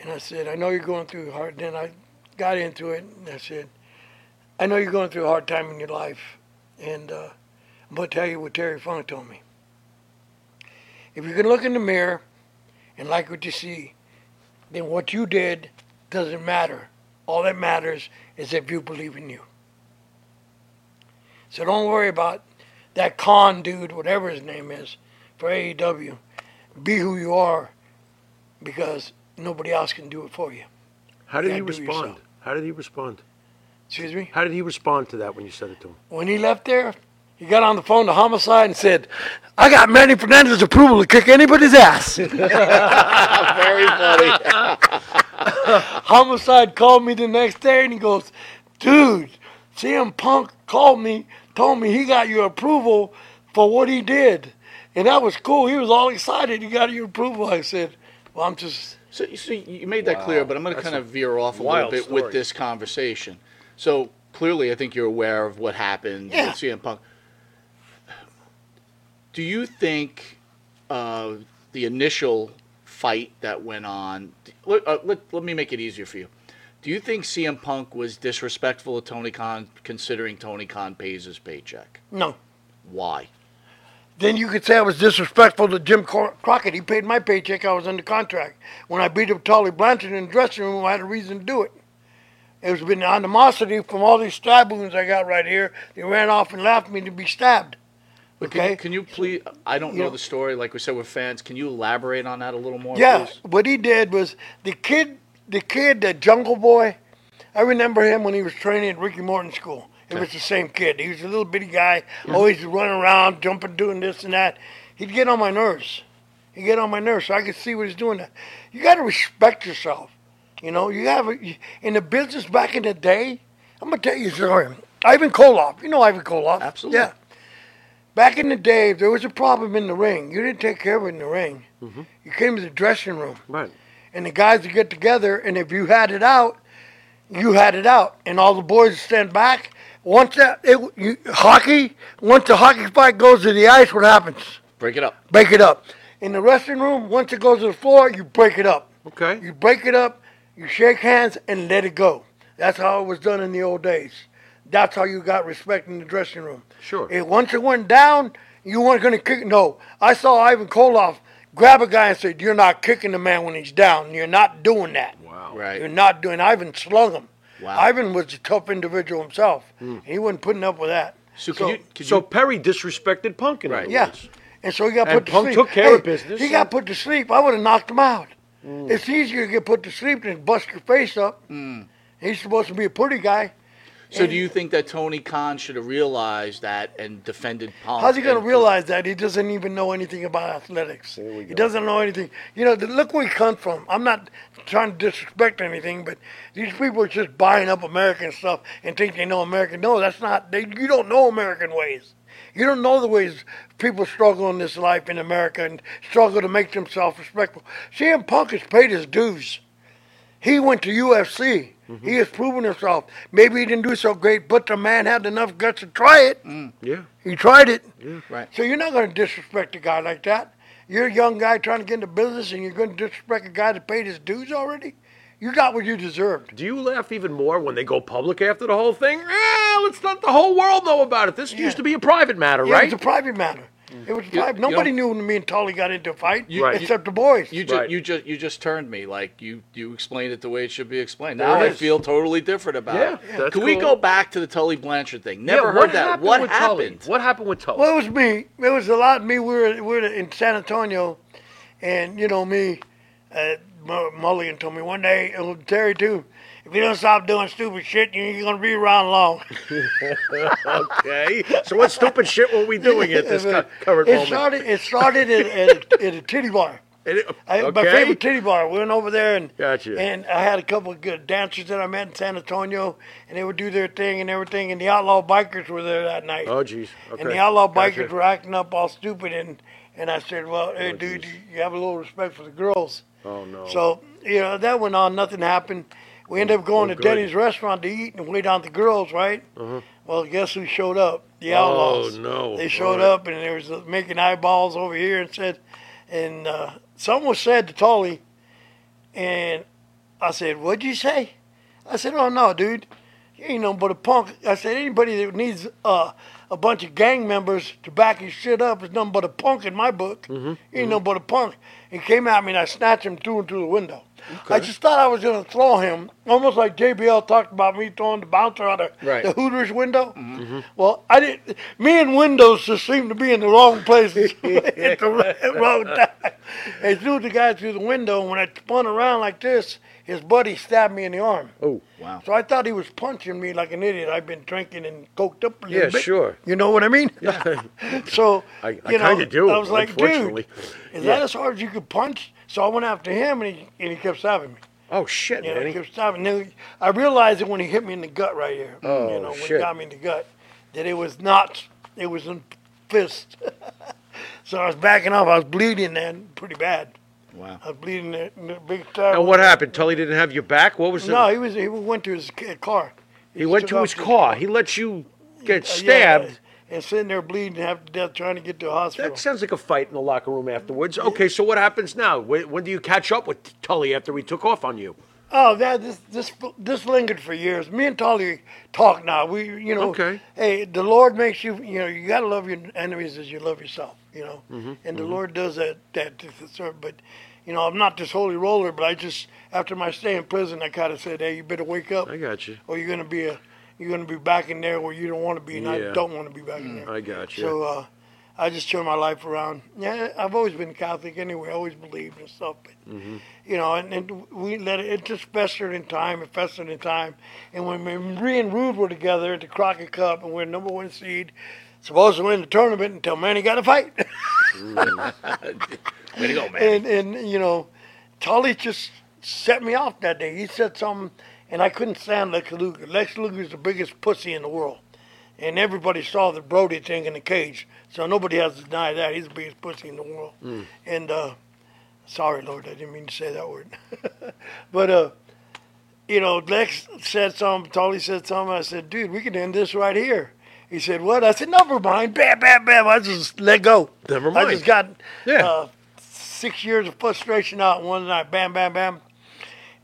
And I said, I know you're going through hard. Then I got into it, and I said, I know you're going through a hard time in your life, and uh, I'm going to tell you what Terry Funk told me. If you can look in the mirror and like what you see, then what you did doesn't matter. All that matters is if you believe in you. So don't worry about that con dude, whatever his name is, for AEW. Be who you are because nobody else can do it for you. How did Yeah, he do it respond? yourself. How did he respond? Excuse me? How did he respond to that when you said it to him? When he left there, he got on the phone to homicide and said, I got Manny Fernandez's approval to kick anybody's ass. Very funny. (laughs) Homicide called me the next day and he goes, Dude, CM Punk called me, told me he got your approval for what he did. And that was cool. He was all excited. He got your approval. I said, Well, I'm just, So, so you made that clear, but I'm going to kind of veer off a little wild bit story. with this conversation. So clearly, I think you're aware of what happened Yeah. with CM Punk. Do you think uh, the initial fight that went on? Let, uh, let, let me make it easier for you. Do you think CM Punk was disrespectful to Tony Khan, considering Tony Khan pays his paycheck? No. Why? Then you could say I was disrespectful to Jim Cro- Crockett. He paid my paycheck. I was under contract. When I beat up Tully Blanchard in the dressing room, I had a reason to do it. It was been animosity from all these stab wounds I got right here. They ran off and left me to be stabbed. But can, Okay. you, can you please? I don't Yeah. know the story. Like we said, we're fans. Can you elaborate on that a little more? Yeah, please? what he did was the kid, the kid, that Jungle Boy. I remember him when he was training at Ricky Morton School. It was the same kid. He was a little bitty guy, always running around, jumping, doing this and that. He'd get on my nerves. He'd get on my nerves, so I could see what he's doing. You got to respect yourself. You know, you have a, in the business back in the day. I'm gonna tell you a story. Ivan Koloff, you know Ivan Koloff. Absolutely. Yeah. Back in the day, if there was a problem in the ring, you didn't take care of it in the ring. You came to the dressing room Right. and the guys would get together and if you had it out you had it out, and all the boys stand back. Once that it, you, hockey, once the hockey fight goes to the ice, what happens? Break it up. Break it up. In the wrestling room, once it goes to the floor, you break it up. Okay. You break it up, you shake hands, and let it go. That's how it was done in the old days. That's how you got respect in the dressing room. Sure. And once it went down, you weren't going to kick. No, I saw Ivan Koloff grab a guy and say, "You're not kicking the man when he's down. You're not doing that. Wow. You're Right. not doing." Ivan slung him. Wow. Hmm. Ivan was a tough individual himself. He wasn't putting up with that. So, So- can you, can so you, Perry disrespected Punk in Right. other Yeah. words. And so he got And put Punk to sleep. took care of business, Mm. He so- got put to sleep. I would have knocked him out. It's easier to get put to sleep than bust your face up. Mm. He's supposed to be a pretty guy. so do you think that Tony Khan should have realized that and defended Punk? How's he going to and- realize that? He doesn't even know anything about athletics. He doesn't know anything. You know, the, look where he comes from. I'm not trying to disrespect anything, but these people are just buying up American stuff and think they know American. No, that's not. They, you don't know American ways. You don't know the ways people struggle in this life in America and struggle to make themselves respectful. CM Punk has paid his dues. He went to UFC. He has proven himself. Maybe he didn't do so great, but the man had enough guts to try it. Yeah. He tried it. Right. So you're not going to disrespect a guy like that. You're a young guy trying to get into business, and you're going to disrespect a guy that paid his dues already. You got what you deserved. Do you laugh even more when they go public after the whole thing? Eh, let's let the whole world know about it. This used to be a private matter, Yeah, right? It was a private matter. It was You- private. you Nobody don't- knew when me and Tully got into a fight, You- Right. except the boys. You just Right. you just you just turned me like you you explained it the way it should be explained. Now There I it is. feel totally different about Yeah, it. that's Can we cool. go back to the Tully Blanchard thing? Never Yeah, heard that. Happened what with Tully? happened? What happened with Tully? well, it was me. It was a lot of me. We were, we were in San Antonio, and, you know, me, uh, Mu- Mulligan told me one day, and Terry, too, if you don't stop doing stupid shit, you ain't going to be around long. okay. So what stupid shit (laughs) were we doing at this cu- current it moment? Started, it started at, at, a, at a titty bar. It- I, My okay. favorite titty bar. We went over there and Gotcha. and I had a couple of good dancers that I met in San Antonio, and they would do their thing and everything. And the outlaw bikers were there that night. Oh jeez. Okay. And the outlaw Gotcha. Oh, bikers were acting up all stupid, and and I said, well, hey, dude, geez. you have a little respect for the girls. Oh no. So you know that went on. Nothing happened. We ended up going oh, to good. Uh-huh. Denny's restaurant to eat and wait on the girls, right? Well, guess who showed up? The outlaws. Oh, no. They showed All right. up and they was making eyeballs over here and said, and uh, someone said to Tully, and I said, "What'd you say?" I said, "Oh no, dude, you ain't nothing but a punk." I said, "Anybody that needs uh, a bunch of gang members to back his shit up is nothing but a punk in my book. You ain't nothing but a punk." He came at me and I snatched him through and through the window. I just thought I was gonna throw him, almost like JBL talked about me throwing the bouncer out of Right. the Hooters window. Well, I didn't. Me and windows just seem to be in the wrong places (laughs) at the ra- wrong time. They threw the guy through the window, and when I spun around like this, his buddy stabbed me in the arm. Oh. Wow. So I thought he was punching me like an idiot. I've been drinking and coked up a little Yeah, bit. sure. You know what I mean? (laughs) so I, I you know, kind of do. I was like, unfortunately. dude, is Yeah. that as hard as you could punch? So I went after him, and he and he kept stabbing me. Oh shit, You know, Manny. he kept stopping. Then I realized it when he hit me in the gut right here. Oh, you know, when he shit. got me in the gut, that it was not, it was in fist. (laughs) so I was backing off. I was bleeding then pretty bad. Wow. I was bleeding the, the big time. Now what happened? Tully didn't have your back. What was No, it? he was he went to his ca- car. He went took to off his to- car. He let you get Uh, yeah, stabbed. and sitting there bleeding half to death trying to get to a hospital. That sounds like a fight in the locker room afterwards. Okay, so what happens now? When, when do you catch up with Tully after he took off on you? Oh, that this this this lingered for years. Me and Tolly talk now. We you know, Okay. hey, the Lord makes you you know you gotta love your enemies as you love yourself. You know, Mm-hmm, and the Lord does that that to the servant. But you know, I'm not this holy roller, but I just after my stay in prison, I kind of said, hey, you better wake up, I got you. or you're gonna be a you're gonna be back in there where you don't want to be, and Yeah. I don't want to be back in Mm, there. I got you. So uh, I just turned my life around. Yeah, I've always been Catholic anyway. I always believed and stuff. But, Mm-hmm. You know, and, and we let it, it just festered in time and festered in time. And when Marie and Rude were together at the Crockett Cup and we're number one seed, supposed to win the tournament until Manny got a fight. (laughs) Way to go, man. and, and, you know, Tully just set me off that day. He said something, and I couldn't stand Lex Luger. Lex Luger's the biggest pussy in the world. And everybody saw the Brody thing in the cage, so nobody has to deny that. He's the biggest pussy in the world. Hmm. (laughs) And uh, sorry, Lord, I didn't mean to say that word. but uh, you know, Lex said something, Tully said something. I said, dude, we can end this right here. He said, what? I said, never mind. Bam, bam, bam. I just let go. Never I mind. just got Yeah. uh, six years of frustration out one night. Bam, bam, bam.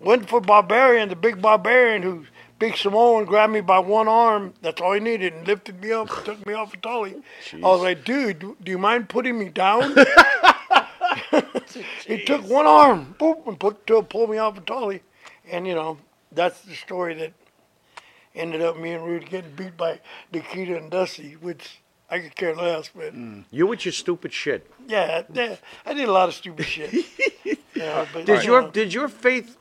Went for Barbarian, the big Barbarian who, big Samoan, grabbed me by one arm. That's all he needed and lifted me up and took me off of Tully. I was like, dude, do you mind putting me down? He took one arm, boop, and put to pull me off a trolley, and you know that's the story that ended up me and Rudy getting beat by Nikita and Dusty, which I could care less. But You with your stupid shit. yeah, I, I did a lot of stupid shit. yeah, but, Did you your know, did your faith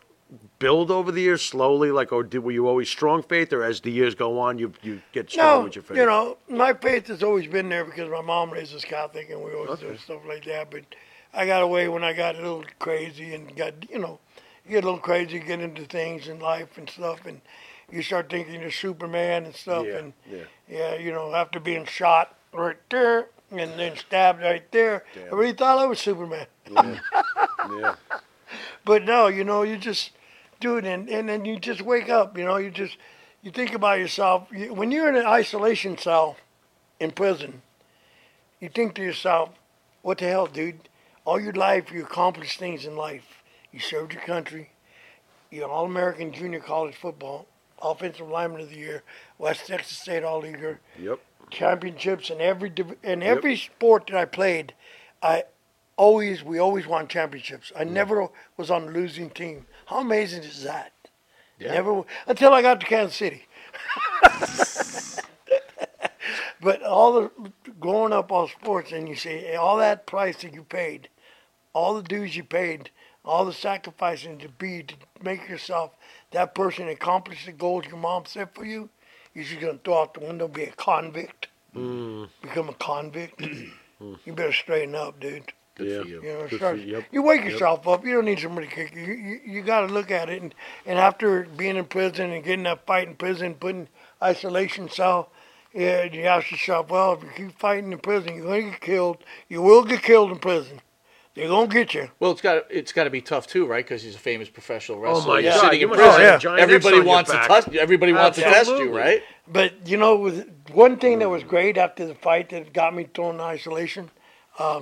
build over the years slowly, like, or did, were you always strong faith, or as the years go on, you you get stronger no, with your faith? you know, my faith has always been there because my mom raised us Catholic and we always did stuff like that. But I got away when I got a little crazy and got, you know, you get a little crazy, get into things in life and stuff, and you start thinking you're Superman and stuff. Yeah, and yeah. yeah, you know, after being shot right there and then stabbed right there, I really thought I was Superman. yeah. But no, you know, you just do it, and, and then you just wake up. You know, you just you think about yourself. You, when you're in an isolation cell in prison, you think to yourself, "What the hell, dude? All your life you accomplished things in life. You served your country. You're an All-American Junior College Football, Offensive Lineman of the Year, West Texas State All-Leaguer." Yep. championships in every div- in every sport that I played. I always we always won championships. I never was on the losing team. How amazing is that? Never until I got to Kansas City. (laughs) but all the growing up on sports and you see eh, all that price that you paid, all the dues you paid, all the sacrificing to be to make yourself that person accomplish the goals your mom set for you, you're just gonna throw out the window, be a convict, become a convict. you better straighten up, dude. Good Yeah. for you. You know, Good for start, you, yep, you wake yourself up. You don't need somebody to kick you. You, you, you got to look at it. And, and after being in prison and getting that fight in prison, putting isolation cell, yeah, you ask yourself, well, if you keep fighting in prison, you're going to get killed. You will get killed in prison. They're going to get you. Well, it's got it's got to be tough too, right? Because he's a famous professional wrestler. Oh my You're God, sitting you in must have prison. a giant Everybody X on your wants to back. touch. Everybody wants to test you, Absolutely. right? But, you know, with one thing that was great after the fight that got me thrown in isolation, um,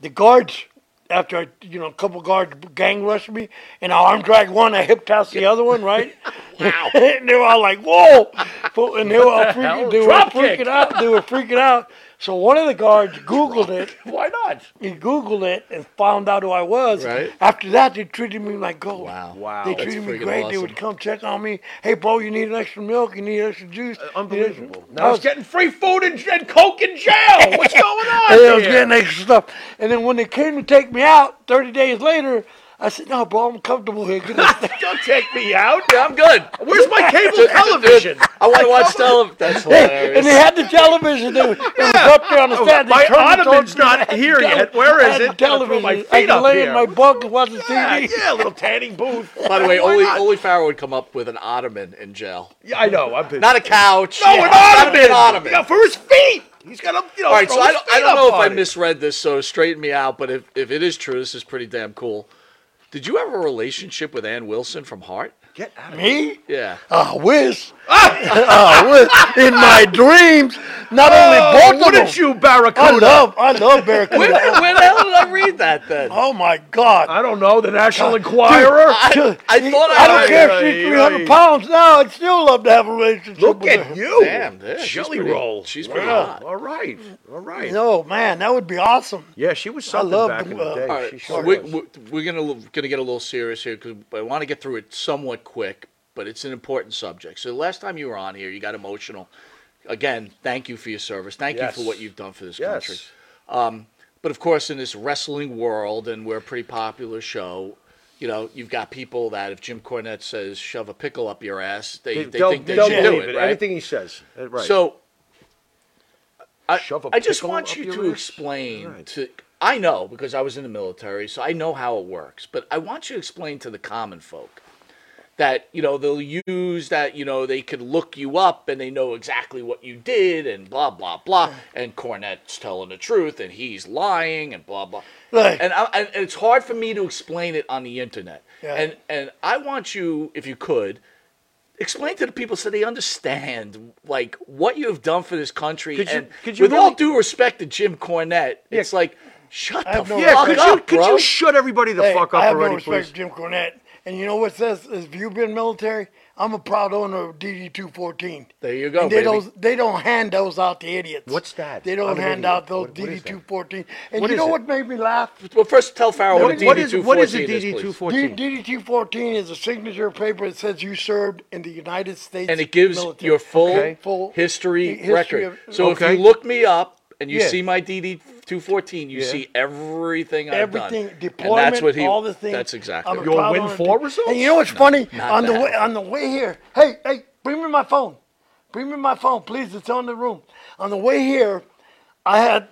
the guards, after, I, you know, a couple guards gang rushed me, and I arm dragged one, I hip tossed the other (laughs) one, right? (laughs) Wow. and they were all like, "Whoa!" Fo- And they were all hell? freaking, they were Drop freaking kick. out. They were freaking out. So one of the guards Googled it. (laughs) Why not? He Googled it and found out who I was. Right. After that, they treated me like gold. Wow. Wow. They That's treated me freaking great. They awesome. would come check on me. Hey, bro, you need an extra milk? You need extra juice? You need extra-" Uh, Unbelievable. I Now was- he's getting free food and, and coke in (laughs) jail. What's going on? and I was here? getting extra stuff. And then when they came to take me out 30 days later, I said, no, bro, I'm comfortable here. (laughs) Get this thing." Don't take me out. Yeah, I'm good. Where's my (laughs) cable television? I want to watch television. That's and they hilarious. had the television. They, it was up there on the stand. They Oh, my turned it on ottoman's to me. not here tele- yet. Where (laughs) I is had it? the television. I I, can put my feet could up lay here. in my bunk and watch the Yeah, TV. yeah, a little tanning booth. By the way, Why only not? only Farrell would come up with an ottoman in jail, Yeah, I know. I've been. not a couch. no, an ottoman. An ottoman. Yeah, for his feet. He's got a. You know, All right, so throw I his don't, I feet don't up know if on I it. misread this, so straighten me out. But if, if it is true, this is pretty damn cool. Did you have a relationship with Ann Wilson from Heart? Get out of Me? Yeah. I wish. Ah! (laughs) I wish. In my dreams. Not Oh, only both Look of them. at you, I Barracuda. love, I love Where, Barracuda. where the hell did I read that then? oh my God. I don't know the National Enquirer. I, I thought I, I don't Aye, care aye, if she's aye. 300 pounds now. I'd still love to have a relationship Look with at her. you. Damn, yeah, she's Jelly pretty- roll. she's pretty Wow. hot. All right, all right. No, man, that would be awesome. Yeah, she was something love back the- in the uh, day. All right, Oh, she so sure we, was. we, we're gonna gonna get a little serious here because I want to get through it somewhat quick, but it's an important subject. So last time you were on here, you got emotional. Again, thank you for your service. Thank Yes. you for what you've done for this country. yes. But of course, in this wrestling world, and we're a pretty popular show, you know, you've got people that if Jim Cornette says shove a pickle up your ass, they, they They'll- think they they'll should do believe it, it. right? Anything he says. Uh, Right. So I, Shove a I just pickle want up you your to ass? explain Right. to I know because I was in the military, so I know how it works, but I want you to explain to the common folk that you know they'll use that you know they could look you up and they know exactly what you did and blah blah blah and Cornette's telling the truth and he's lying and blah blah Right. and, I, and it's hard for me to explain it on the internet Yeah. and and I want you if you could explain to the people so they understand like what you have done for this country Could you- and could you with all really- due respect to Jim Cornette it's like shut I have the no Yeah, fuck respect. could up you could bro. you shut everybody the Hey, fuck I up have no already, respect please? for Jim Cornette. And you know what says is if you've been military, I'm a proud owner of DD two fourteen. there you go and they baby. don't they don't hand those out to idiots. What's that? They don't I'm an hand idiot. out those What- what is DD that? two fourteen. And What you is know it? what made me laugh? well first tell Farrell What, what is what is a DD two fourteen? fourteen D- DD two fourteen is a signature paper that says you served in the United States. and it gives military. your full, Okay. Full history, hi- history record. of- so Okay. if you look me up and you Yeah. see my DD two fourteen, you Yeah. see everything I've done. everything And deployment, that's what he, all the things. That's exactly. I'm right. Your proud Win owner. Four results? And you know what's funny? not On the that. way on the way here, hey, hey, bring me my phone. Bring me my phone, please. It's on the room. On the way here, I had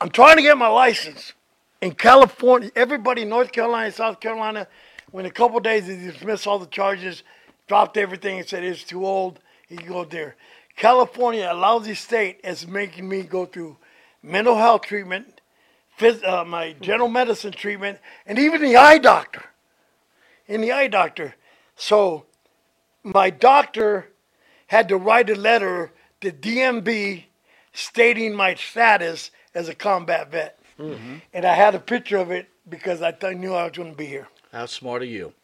I'm trying to get my license. In California, everybody in North Carolina, South Carolina, within a couple days they dismissed all the charges, dropped everything and said it's too old, you can go there. California, a lousy state, is making me go through mental health treatment, phys- uh, my general medicine treatment, and even the eye doctor. In the eye doctor. So my doctor had to write a letter to DMB stating my status as a combat vet. Mm-hmm. And I had a picture of it because I th- knew I was going to be here. How smart are you?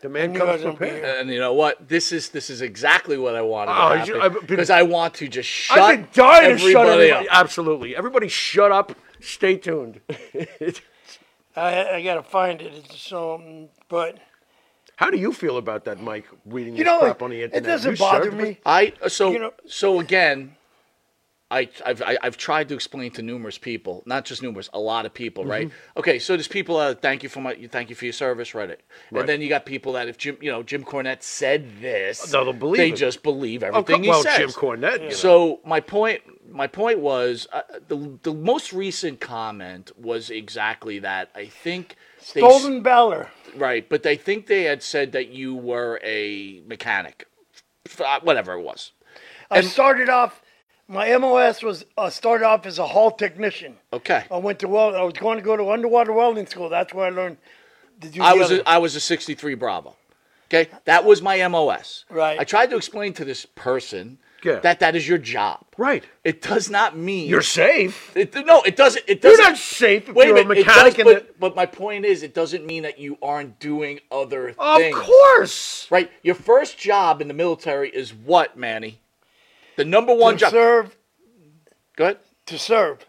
The I man knew I comes was going to be prepared. here. And you know what? This is this is exactly what I wanted Oh, to you- happen I've been- because I want to just shut I've been dying to shut everybody everybody. up. Absolutely, everybody, shut up. Stay tuned. (laughs) I, I got to find it. It's so, but How do you feel about that, Mike? Reading you this know, crap on the it internet. doesn't You bother served- me. I so You know- so again. I, I've I- I've tried to explain to numerous people, not just numerous, a lot of people, Mm-hmm. right? Okay, so there's people that thank you for my thank you for your service, Reddit, Right. and then you got people that if Jim, you know, Jim Cornette said this, They'll believe they it. just believe Oh, everything he well, says. Jim Cornette. you know. So my point, my point was uh, the the most recent comment was exactly that. I think they s- Golden Valor. right, but I think they had said that you were a mechanic, f- uh, whatever it was. I started off, my MOS was uh, started off as a hall technician. Okay, I went to weld. I was going to go to underwater welding school. That's where I learned. Did you? I was a, I was a 63 Bravo. Okay, that was my MOS. Right. I tried to explain to this person Yeah. that that is your job. right, It does not mean you're safe. It, no, it doesn't. It You're doesn't. not safe if Wait you're a a minute. it mechanic. does, in but, but my point is, it doesn't mean that you aren't doing other the, things. of course. Right? Your first job in the military is what, Manny? The number one to job. serve Go ahead. to serve,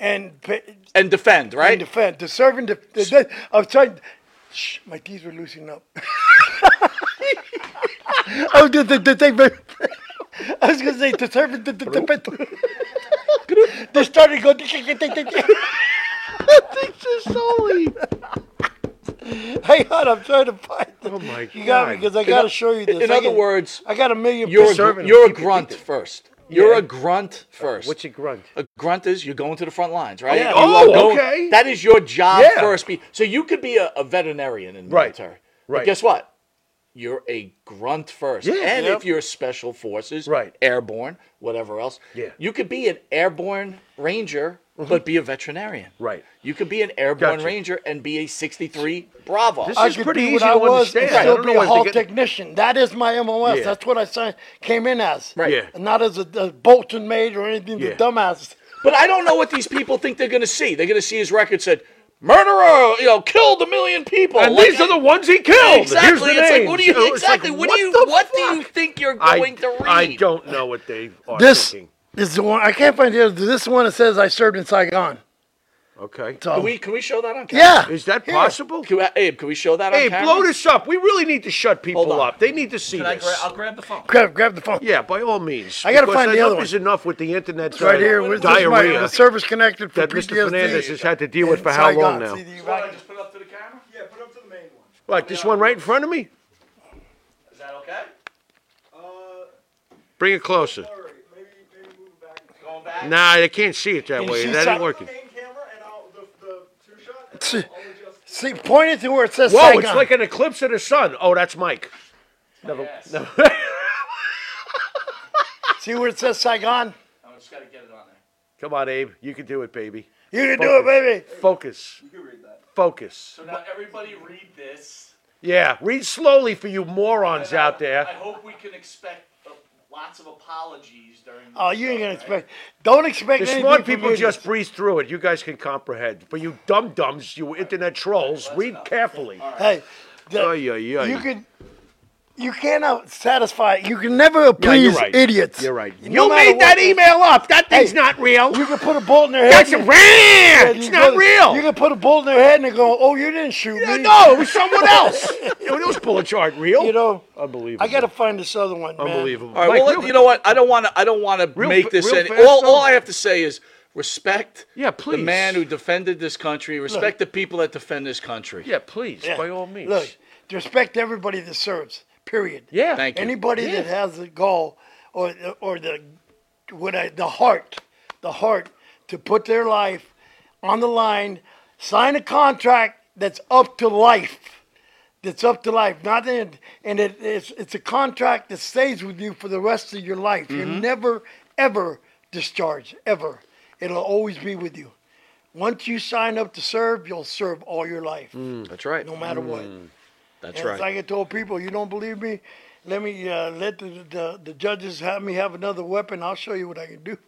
and pa- And defend, right? and defend to serve and defend. I was trying. Shh, my teeth were loosening up. (laughs) I was going to (laughs) I was going to say to serve and to defend. (laughs) They started going. (laughs) Hang on, I'm trying to find. Oh my You got me God. because I got to show you this. in I other can- words, I got a million. you're a, pictures. gr- Serving you're a them, keep it, grunt keep it. first. You're Yeah. a grunt first. What's a grunt? A grunt is you're going to the front lines, right? yeah. You Oh, are going- okay. That is your job Yeah. first. Be- So you could be a, a veterinarian in the Right. military. But Right. guess what? You're a grunt first. Yeah. and Yep. if you're special forces, Right. airborne, whatever else, Yeah. Mm-hmm. you could be an airborne ranger, but be a veterinarian. Right. You could be an airborne Gotcha. ranger and be a 63 Bravo. This I is could pretty be easy what to I was understand. and I still don't know be a why they hall get- technician. That is my MOS. Yeah. That's what I signed, came in as. Right. Yeah. And not as a, a Bolton maid or anything. Yeah. The dumbass. But I don't know what these people think they're going to see. They're going to see his record said, murderer, you know, killed a million people. And Like, these are the ones he killed. Here's Exactly. the It's like, names. what do You know, you, it's like, exactly, what, do you, the what do you fuck? think you're I- going to read? I don't know what they are This thinking. is the one I can't find the other. This is the one that says I served in Saigon. Okay. So Can we, can we show that on camera? yeah. Is that Here. possible? Can we, Abe, can we show that Hey, on camera? blow this up. We really need to shut people on. up. They need to see Can I this. gra- I'll grab the phone. Grab, grab the phone. yeah, by all means. I gotta Because find the enough other is one. enough with the internet's It's right here. This is my- diarrhea the service connected for that Mr. PTSD. Fernandez has had to deal with in for how long Saigon. now? See the evac- Just put it up to the camera? Yeah, put it up to the main one. Like this one right in front of me? Is that okay? Uh, Bring it closer. Going back? Nah, they can't see it that And way. she's That sat- ain't working. See, See, point it to where it says Whoa, Saigon. it's like an eclipse of the sun. Oh, that's Mike. Never, never. (laughs) See where it says Saigon? Oh, I just gotta get it on there. Come on, Abe. You can do it, baby. You can do it, baby. Focus. You can read that. Focus. So now everybody read this. Yeah, read slowly for you morons out I there. hope we can expect uh, lots of apologies during. Oh, you ain't gonna expect. Don't expect The anything smart from people you. just breeze through it. You guys can comprehend. For you dumb dumbs, you internet trolls, read carefully. Hey, the- Ay, ay, ay. you can. You cannot satisfy. You can never Yeah, you're please right. idiots. You're right. You No matter made what- that email up. That thing's Hey, not real. You can put a bullet in their head. That's and- rant. and It's you not go- real. You can put a bullet in their head and they go, "Oh, you didn't shoot Yeah, me." no, it was (laughs) someone else. You know, those bullets aren't real. You know, unbelievable. I gotta find this other one, man. unbelievable. All right. Mike, well, real- you know what? I don't want to. I don't want to Real make fa- this real any. fast, All, though? all I have to say is respect. Yeah, The please. man who defended this country. Respect the people that defend this country. Yeah, please, Yeah. by all means. Look, respect everybody that serves. Period. yeah. Thank you. Anybody Yeah. that has the gall or the- or the what I, the heart, the heart to put their life on the line, sign a contract that's up to life. That's up to life. Not in, and it, it's it's a contract that stays with you for the rest of your life. You're never ever discharged ever. It'll always be with you. Once you sign up to serve, you'll serve all your life, That's right. no matter what. That's And it's right. like I told people, you don't believe me? Let me uh, let the, the the judges have me have another weapon. I'll show you what I can do.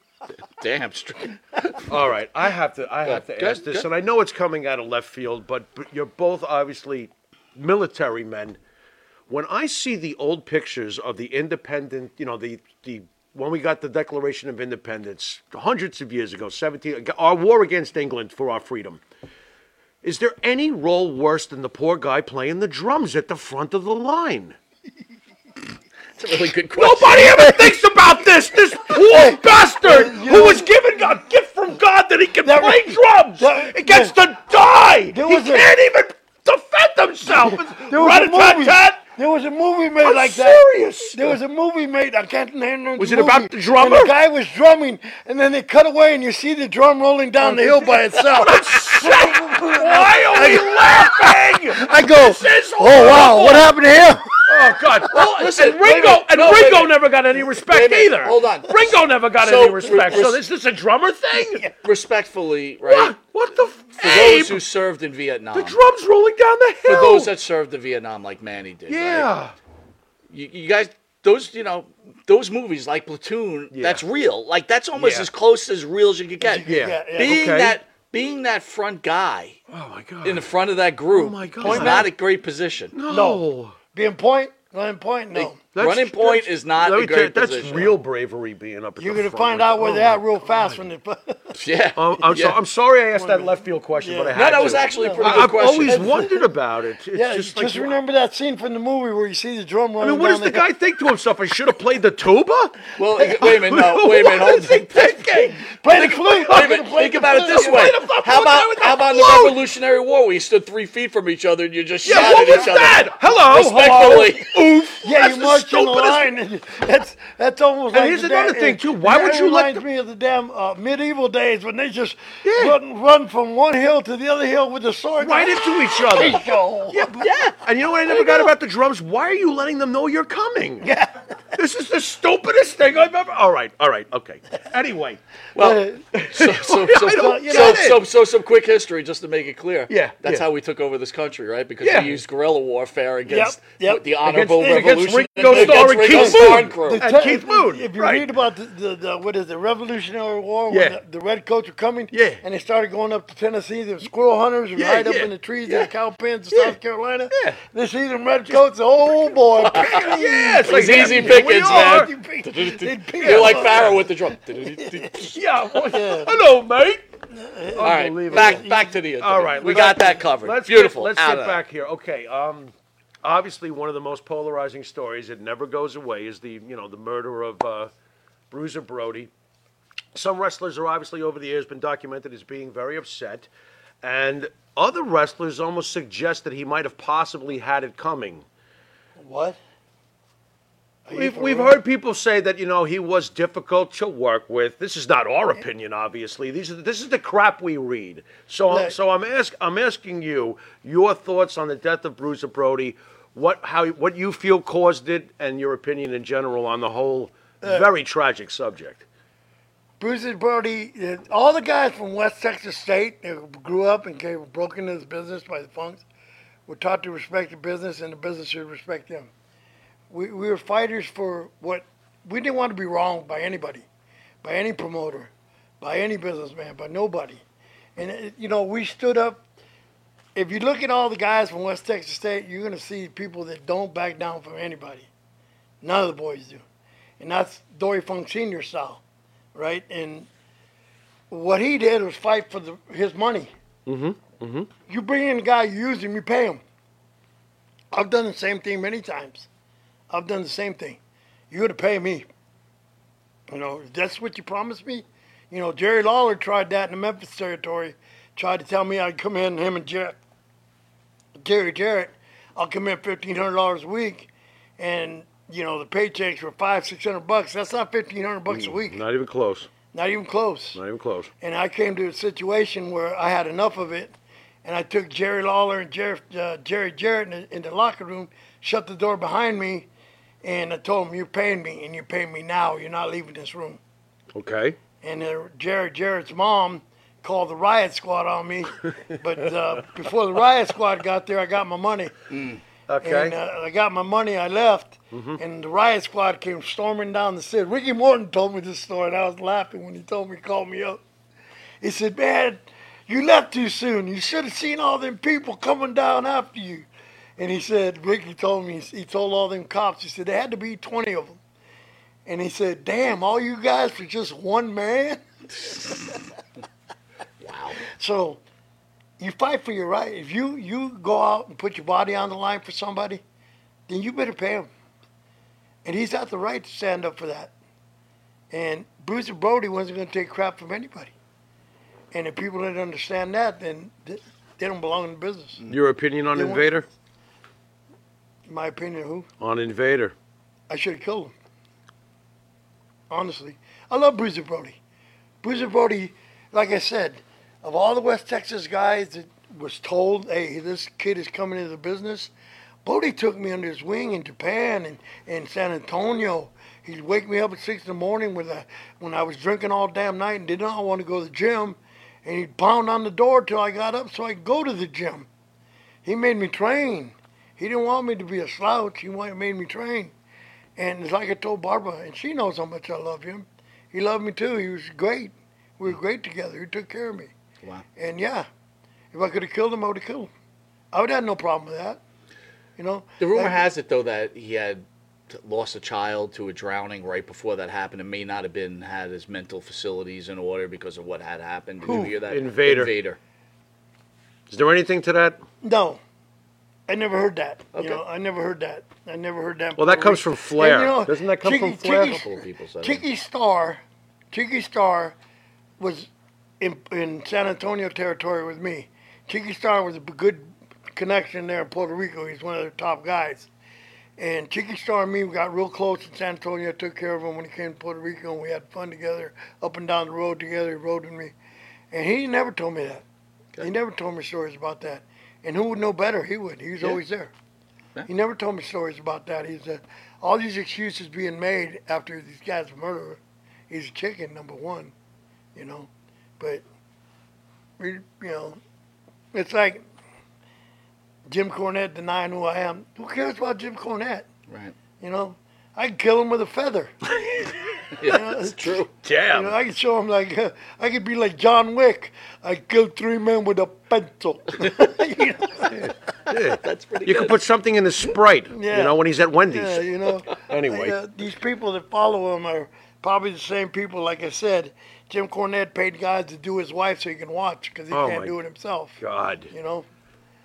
(laughs) Damn straight. (laughs) All right, I have to. I have to Good, ask this, good. and I know it's coming out of left field, but, but you're both obviously military men. When I see the old pictures of the independent, you know, the the when we got the Declaration of Independence hundreds of years ago, seventeen, our war against England for our freedom. Is there any role worse than the poor guy playing the drums at the front of the line? That's a really good question. (laughs) Nobody ever thinks about this. This poor bastard you who know- was given a gift from God that he can That play was- drums. that- he gets to die. He There was a- can't even defend (laughs) himself. (laughs) (laughs) There was a Rat-a-tat-tat. movie. There was a movie made I'm like serious. that. There was a movie made. I can't name the Was it movie, about the drummer? And the guy was drumming, and then they cut away, and you see the drum rolling down the hill (laughs) by itself. Why are (laughs) we (laughs) laughing? I go, This is oh wow, horrible." what happened to him? Oh (laughs) God! Well, listen, and wait a Ringo minute. and No, wait a Ringo minute. never got any Wait a respect minute. either. Hold on. Ringo never got So, any respect. re- So is this a drummer (laughs) thing? Respectfully, right? What? What the? F- For those Abe, who served in Vietnam. the drums rolling down the for hill. those that served in Vietnam, like Manny did. Right? yeah. You, you guys, those you know, those movies like Platoon. Yeah. That's real. Like that's almost Yeah. as close as real as you could get. Yeah. Yeah, yeah. Being Okay. that being that front guy Oh my God. in the front of that group Oh my God. is not a great position. No. Being point, running point, no. That's- Running point is not let a me tell you, great that's position. real bravery being up at You're the gonna front find like- out where oh they're at my- real fast when they. (laughs) Yeah. Um, I'm, so, Yeah. I'm sorry I asked that left field question, but I Yeah. had No, that to. was actually a pretty I- good I've question. always wondered about it. It's yeah, just, just, like, remember that scene from the movie where you see the drum I rolling mean, what down does the hill. guy think to himself? I should have played the tuba. Well, wait a minute. (laughs) No, wait a minute. what Hold is he on. thinking? Play the flute. Wait a minute. Think about it this way. Play the fucking How flute about with the how about flute. the Revolutionary War? We stood three feet from each other and you just Yeah, shot what at was each other. that? Hello, Respectfully. hello. Oof. Yeah, That's you the march in the stupidest- line. And you- (laughs) that's that's almost. And like here's the another da- thing, it- too. Why it would you let reminds the- me of the damn uh, medieval days when they just Yeah. run, run from one hill to the other hill with the sword. Right into each (laughs) other. Go. Yeah, (laughs) yeah. And you know what I never got about the drums? Why are you letting them know you're coming? Yeah. This is the stupidest thing I've ever. All right, all right, okay. (laughs) Anyway, Well, (laughs) so, so, so, I don't so, so, get so, so some quick history just to make it clear. Yeah, That's yeah. how we took over this country, right? Because Yeah. we used guerrilla warfare against yep. the Honorable Against- against Revolution. Ringo Starr and Keith Moon. crew. And Keith Moon, If you right. read about the, the, the what is the Revolutionary War, Yeah. when the, the redcoats were coming, Yeah. and they started going up to Tennessee. The squirrel hunters were Yeah, right up yeah, in the trees yeah. in the cow pens of Yeah. South Carolina. Yeah. They see them redcoats. (laughs) Oh boy! (laughs) yeah, it's It's like easy yeah, we pickings, are. man. They'd pick You're like up. Pharaoh with (laughs) the drum. Yeah, (laughs) well, hello, mate. All right, back back to the. All right, we let's- got that covered. Let's Beautiful. Get, let's Out get of that. back here. Okay. Um, obviously, one of the most polarizing stories that never goes away is the you know the murder of uh, Bruiser Brody. Some wrestlers are obviously over the years been documented as being very upset, and other wrestlers almost suggest that he might have possibly had it coming. What? I We've, we've heard people say that you know he was difficult to work with. This is not our opinion, obviously. These are this is the crap we read. So Look. so I'm ask I'm asking you your thoughts on the death of Bruiser Brody, what how what you feel caused it, and your opinion in general on the whole Uh, very tragic subject. Bruises Brody, uh, all the guys from West Texas State that grew up and came broken into this business by the punks were taught to respect the business and the business should respect them. We, we were fighters for what we didn't want to be wronged by anybody, by any promoter, by any businessman, by nobody. And, it, you know, we stood up. If you look at all the guys from West Texas State, you're going to see people that don't back down from anybody. None of the boys do. And that's Dory Funk Sr. style right? And what he did was fight for the, his money. Mm-hmm. Mm-hmm. You bring in a guy, you use him, you pay him. I've done the same thing many times. I've done the same thing. You got to pay me. You know, if that's what you promised me. You know, Jerry Lawler tried that in the Memphis territory. Tried to tell me I'd come in, him and Jer- Jerry Jarrett, I'll come in fifteen hundred dollars a week, and you know the paychecks were five, six hundred bucks. That's not fifteen hundred bucks a week. Mm, Not even close. Not even close. Not even close. And I came to a situation where I had enough of it, and I took Jerry Lawler and Jer- uh, Jerry Jarrett in the, in the locker room, shut the door behind me, and I told him, "You're paying me, and you're paying me now. You're not leaving this room." Okay. And uh, Jerry Jarrett's mom called the riot squad on me, but uh, before the riot squad got there, I got my money. Okay. And uh, I got my money. I left, and the riot squad came storming down the city. Ricky Morton told me this story, and I was laughing when he told me. Called me up. He said, "Man, you left too soon. You should have seen all them people coming down after you." And he said, Ricky told me. He told all them cops. He said there had to be twenty of them. And he said, "Damn, all you guys for just one man." (laughs) wow. So you fight for your right. If you you go out and put your body on the line for somebody, then you better pay him. And he's got the right to stand up for that. And Bruiser Brody wasn't going to take crap from anybody. And if people didn't understand that, then th- they don't belong in the business. Your opinion on They want- Invader? In my opinion, who? On Invader. I should have killed him. Honestly. I love Bruiser Brody. Bruiser Brody, like I said, of all the West Texas guys that was told, hey, this kid is coming into the business, Brody took me under his wing in Japan and, and San Antonio. He'd wake me up at 6 in the morning when I, when I was drinking all damn night and did not want to go to the gym. And he'd pound on the door till I got up so I could go to the gym. He made me train. He didn't want me to be a slouch. He wanted, made me train. And it's like I told Barbara, and she knows how much I love him. He loved me too. He was great. We were great together. He took care of me. Wow. And yeah, if I could have killed him, I would have killed him. I would have had no problem with that. You know? The rumor Like- has it though that he had t- lost a child to a drowning right before that happened, and may not have been had his mental facilities in order because of what had happened. Did Who? you hear that? Invader. Invader. Is there anything to that? No. I never heard that. Okay. You know, I never heard that. I never heard that. Well, that before. comes from And, Flair. you know, Doesn't that come Chicky- from Flair? Chicky's- Couple of people said that. Tiki Star, Tiki Star was in, in San Antonio territory with me. Tiki Star was a good connection there in Puerto Rico. He's one of the top guys. And Tiki Star and me we got real close in San Antonio. I took care of him when he came to Puerto Rico, and we had fun together, up and down the road together. He rode with me. And he never told me that. He never told me stories about that. And who would know better? He would. He was always there. He never told me stories about that. He's a, all these excuses being made after these guys murder. He's a chicken, number one, you know. But we, you know, it's like Jim Cornette denying who I am. Who cares about Jim Cornette? Right. You know, I can kill him with (laughs) a feather. Yeah, that's true. You know, I could show him like uh, I could be like John Wick. I killed three men with a pencil. (laughs) You know? (laughs) That's pretty. You good. could put something in his Sprite, you Yeah. know, when he's at Wendy's. Yeah, you know. (laughs) Anyway. I, uh, these people that follow him are probably the same people. Like I said, Jim Cornette paid guys to do his wife so he can watch because he Oh, can't my do it himself. God. You know.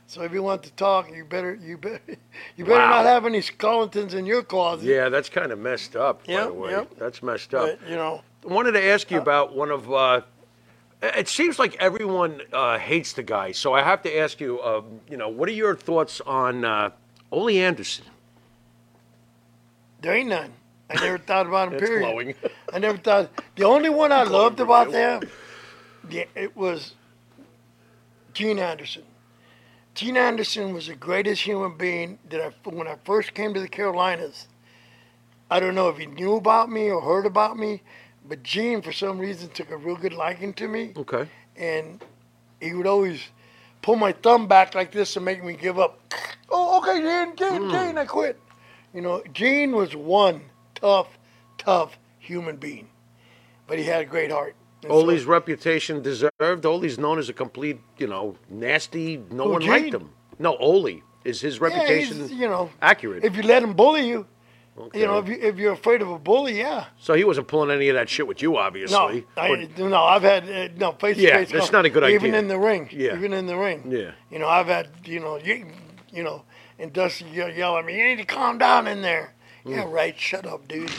So if you want to talk, you better you better (laughs) you better Wow. not have any skeletons in your closet. Yeah, that's kind of messed up, by Yep, the way. yep. That's messed up. But you know, wanted to ask you about one of. Uh, it seems like everyone uh, hates the guy, so I have to ask you. uh, Um, you know, what are your thoughts on uh, Ole Anderson? the There ain't none. I never thought about (laughs) them. It's period. glowing. I never thought. The only (laughs) one I loved about review. them, yeah, it was Gene Anderson. Gene Anderson was the greatest human being that I, when I first came to the Carolinas. I don't know if he knew about me or heard about me, but Gene, for some reason, took a real good liking to me Okay. and he would always pull my thumb back like this to make me give up. (sniffs) Oh, okay, Gene, Hmm. Gene, Gene, I quit. You know, Gene was one tough, tough human being, but he had a great heart. And so- Ole's reputation deserved. Ole's known as a complete, you know, nasty. No Who, one Gene? liked him. No, Ole is his yeah, reputation he's, you know, accurate. if you let him bully you, Okay. you know, if, you, if you're afraid of a bully, yeah. so he wasn't pulling any of that shit with you, obviously. No, I, Or- no, I've had uh, no face to Yeah, face. that's no. not a good Even idea. in the ring. Yeah. Even in the ring. Yeah. You know, I've had you know you you know, and Dusty yell, yell at me. You need to calm down in there. Mm. Yeah, right. Shut up, dude.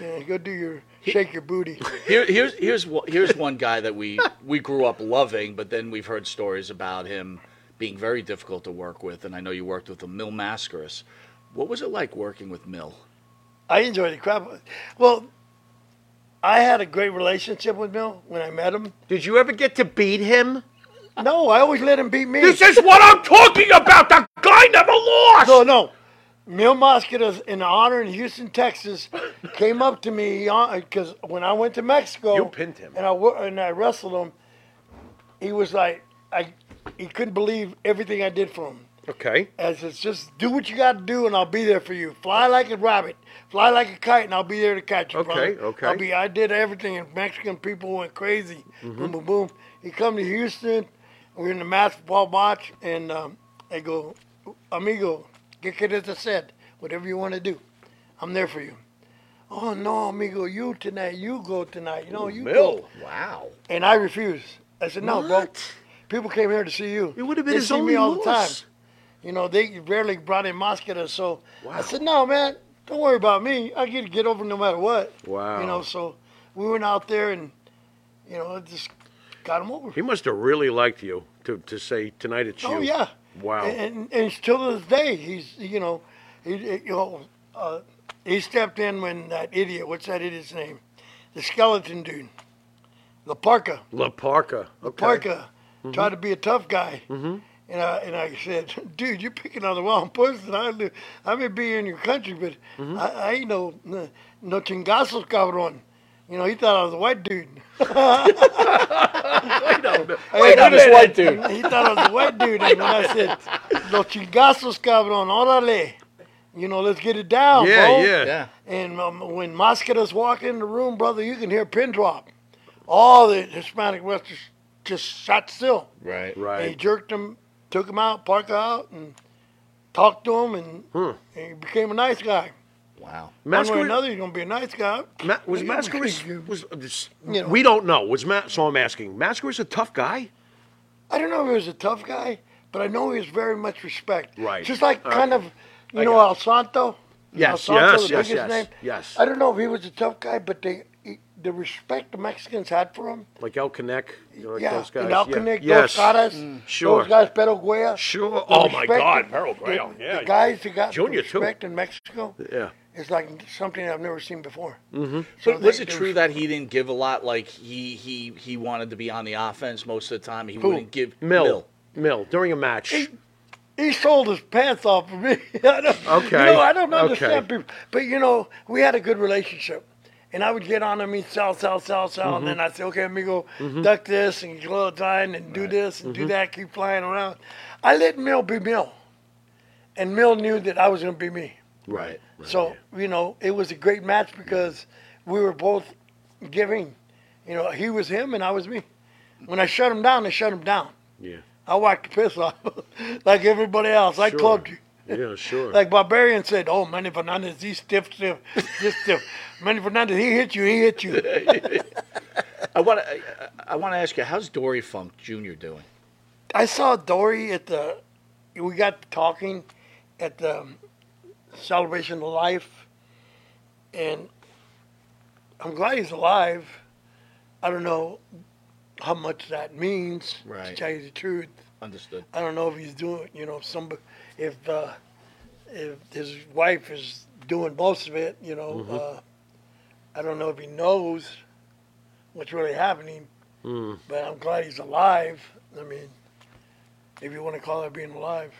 Yeah, go do your shake your booty. Here, here's here's one- here's one guy that we we grew up loving, but then we've heard stories about him being very difficult to work with. And I know you worked with him, Mill Mascaris. What was it like working with Mill? I enjoyed the crap. Well, I had a great relationship with Bill when I met him. Did you ever get to beat him? Uh. No, I always let him beat me. This is what I'm talking about. The guy never lost. No, no. Mil Mosqueda in honor in Houston, Texas, came up to me because when I went to Mexico, You pinned him. and I wo- and I wrestled him. He was like, I, he couldn't believe everything I did for him. Okay. As it's just do what you got to do, and I'll be there for you. Fly like a rabbit, fly like a kite, and I'll be there to catch you. Okay, brother. okay. I'll be. I did everything, and Mexican people went crazy. Mm-hmm. Boom, boom, boom. He come to Houston. We're in the basketball match, and um, they go, amigo, get get it to set. Whatever you want to do, I'm there for you. Oh no, amigo, you tonight, you go tonight. You know, Oh, you go. Mill. Wow. And I refused. I said, no, bro. People came here to see you. It would have been they his see only me all the time. loss. You know, they rarely brought in Mosquito. So I said, no, man, don't worry about me. I get get over no matter what. Wow. You know, so we went out there and, you know, it just got him over. He must have really liked you to, to say tonight it's you. Oh, yeah. Wow. And, and still to this day, he's, you know, he, he- you know uh, he stepped in when that idiot, what's that idiot's name? The skeleton dude, the Parker. La Parca. Okay. Parker Mm-hmm. tried to be a tough guy. And I and I said, dude, you're picking on the wrong person. I li- I may be in your country, but Mm-hmm. I, I ain't no no, no chingasos cabron. You know, he thought I was a white dude. (laughs) Wait a minute. white dude. he thought I was a white dude, and when I said, no chingasos cabron, orale. You know, let's get it down, Yeah, bro. yeah. Yeah. And um, when Mosquito's walking in the room, brother, you can hear a pin drop. All the Hispanic wrestlers just shot still. Right. And he Right. jerked him, took him out, Parker out, and talked to him, and, Hmm. and he became a nice guy. Wow. One way or Masquerade- another, he's gonna be a nice guy. Ma- was Yeah, Mascaris we- was uh, this- You know. we don't know. Was Ma- so I'm asking. Mascaris a tough guy? I don't know if he was a tough guy, but I know he was very much respect. Right. Just like Okay. kind of, you I know, got El Santo. Yes, El Santo, yes, the yes, biggest yes, name. yes. I don't know if he was a tough guy, but they, he, the respect the Mexicans had for him. Like El Canek? you know, Like yeah, Those guys. and yeah. Alcanic, yes. Mm. those Caras, sure. those guys, Pedro Guerra. Sure. the Oh my respect God, that- Merrill Graham. The, Yeah. the guys that got Junior, Junior too. respect in Mexico Yeah. is like something I've never seen before. Mm-hmm. But was it true that he didn't give a lot? Like he he he wanted to be on the offense most of the time. He wouldn't give Mill. Mill. During a match. he sold his pants off for me? (laughs) I don't, Okay, You know, I don't okay. understand people, but you know, we had a good relationship. And I would get on him, he'd sell, sell, sell, sell, and Mm-hmm. then I'd say, okay, amigo, duck this and go line and do this Mm-hmm. and do that, keep flying around. I let Mill be Mill. And Mill knew that I was going to be me. Right. So you know, it was a great match because we were both giving. You know, he was him and I was me. When I shut him down, I shut him down. Yeah. I whacked the piss off (laughs) like everybody else. I Sure. clubbed you. (laughs) Yeah, sure. Like Barbarian said, "Oh, Manny Fernandez, he's stiff, stiff, just stiff. Manny Fernandez, he hit you, he hit you." I want to I want to ask you, how's Dory Funk Jr. doing? I saw Dory at the. We got talking at the celebration of life, and I'm glad he's alive. I don't know how much that means. To Right. tell you the truth, Understood. I don't know if he's doing. You know, some if uh, if his wife is doing most of it. You know, Mm-hmm. uh, I don't know if he knows what's really happening, Hmm. but I'm glad he's alive. I mean, if you want to call it being alive,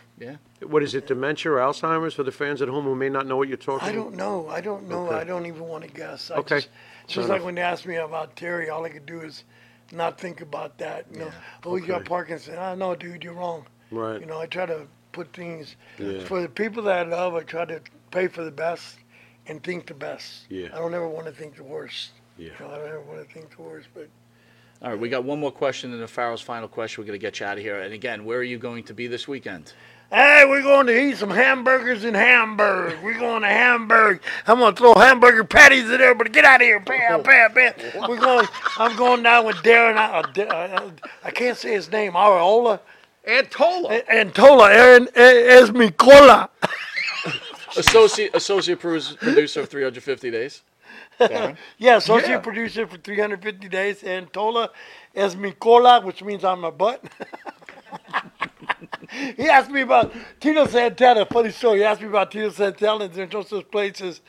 What is it, dementia or Alzheimer's for the fans at home who may not know what you're talking I don't know. I don't know. Okay. I don't even want to guess. I Okay. Just, it's just Fair like when they asked me about Terry, all I could do is not think about that. You know, oh, you got Okay. Parkinson. I know, dude, you're wrong. Right. You know, I try to put things Yeah. for the people that I love. I try to pay for the best and think the best. Yeah. I don't ever want to think the worst. Yeah. You know, I don't ever want to think the worst, but All right, we got one more question, and then Farrell's final question. We're going to get you out of here. And again, where are you going to be this weekend? Hey, we're going to eat some hamburgers in Hamburg. We're going to Hamburg. I'm gonna throw hamburger patties in there, but get out of here, Oh. bam, bam, bam. We're going. I'm going down with Darren. I, uh, Da- uh, uh, I can't say his name. Aureola, Antola. A- Antola, Aaron E- Esmicola. Associate associate produ- producer of 350 Days. Darren. Yeah, associate producer for 350 days. Antola Esmicola, which means I'm a butt. (laughs) he asked me about Tito Santana. Funny story. He asked me about Tito Santana and there's those places,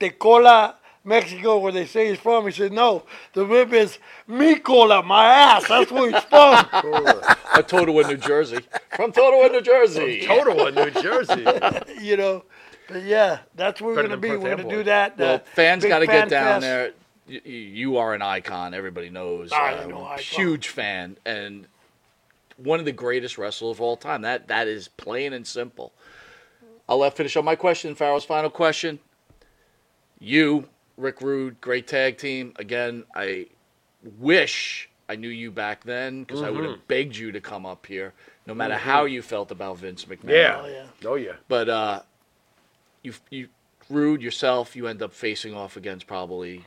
Tecola, Mexico, where they say he's from. He said, no, the rib is Micola, my ass. That's where he's from. (laughs) (laughs) A Totowa, New Jersey. From Totowa, New Jersey. Totowa, New Jersey. you know. But yeah, that's where we're Better going to than be. Perth We're going to Amboy. do that. Well, uh, fans big got to get fan down fest. there. You, you are an icon. Everybody knows. uh, I am an Ah, icon. Huge fan and one of the greatest wrestlers of all time. That that is plain and simple. I'll let finish up my question. Farrell's final question. You, Rick Rude, great tag team. Again, I wish I knew you back then because I would have begged you to come up here, no matter how you felt about Vince (laughs) McMahon. Yeah. Oh, yeah. Oh, yeah. But uh, you you rude yourself. You end up facing off against probably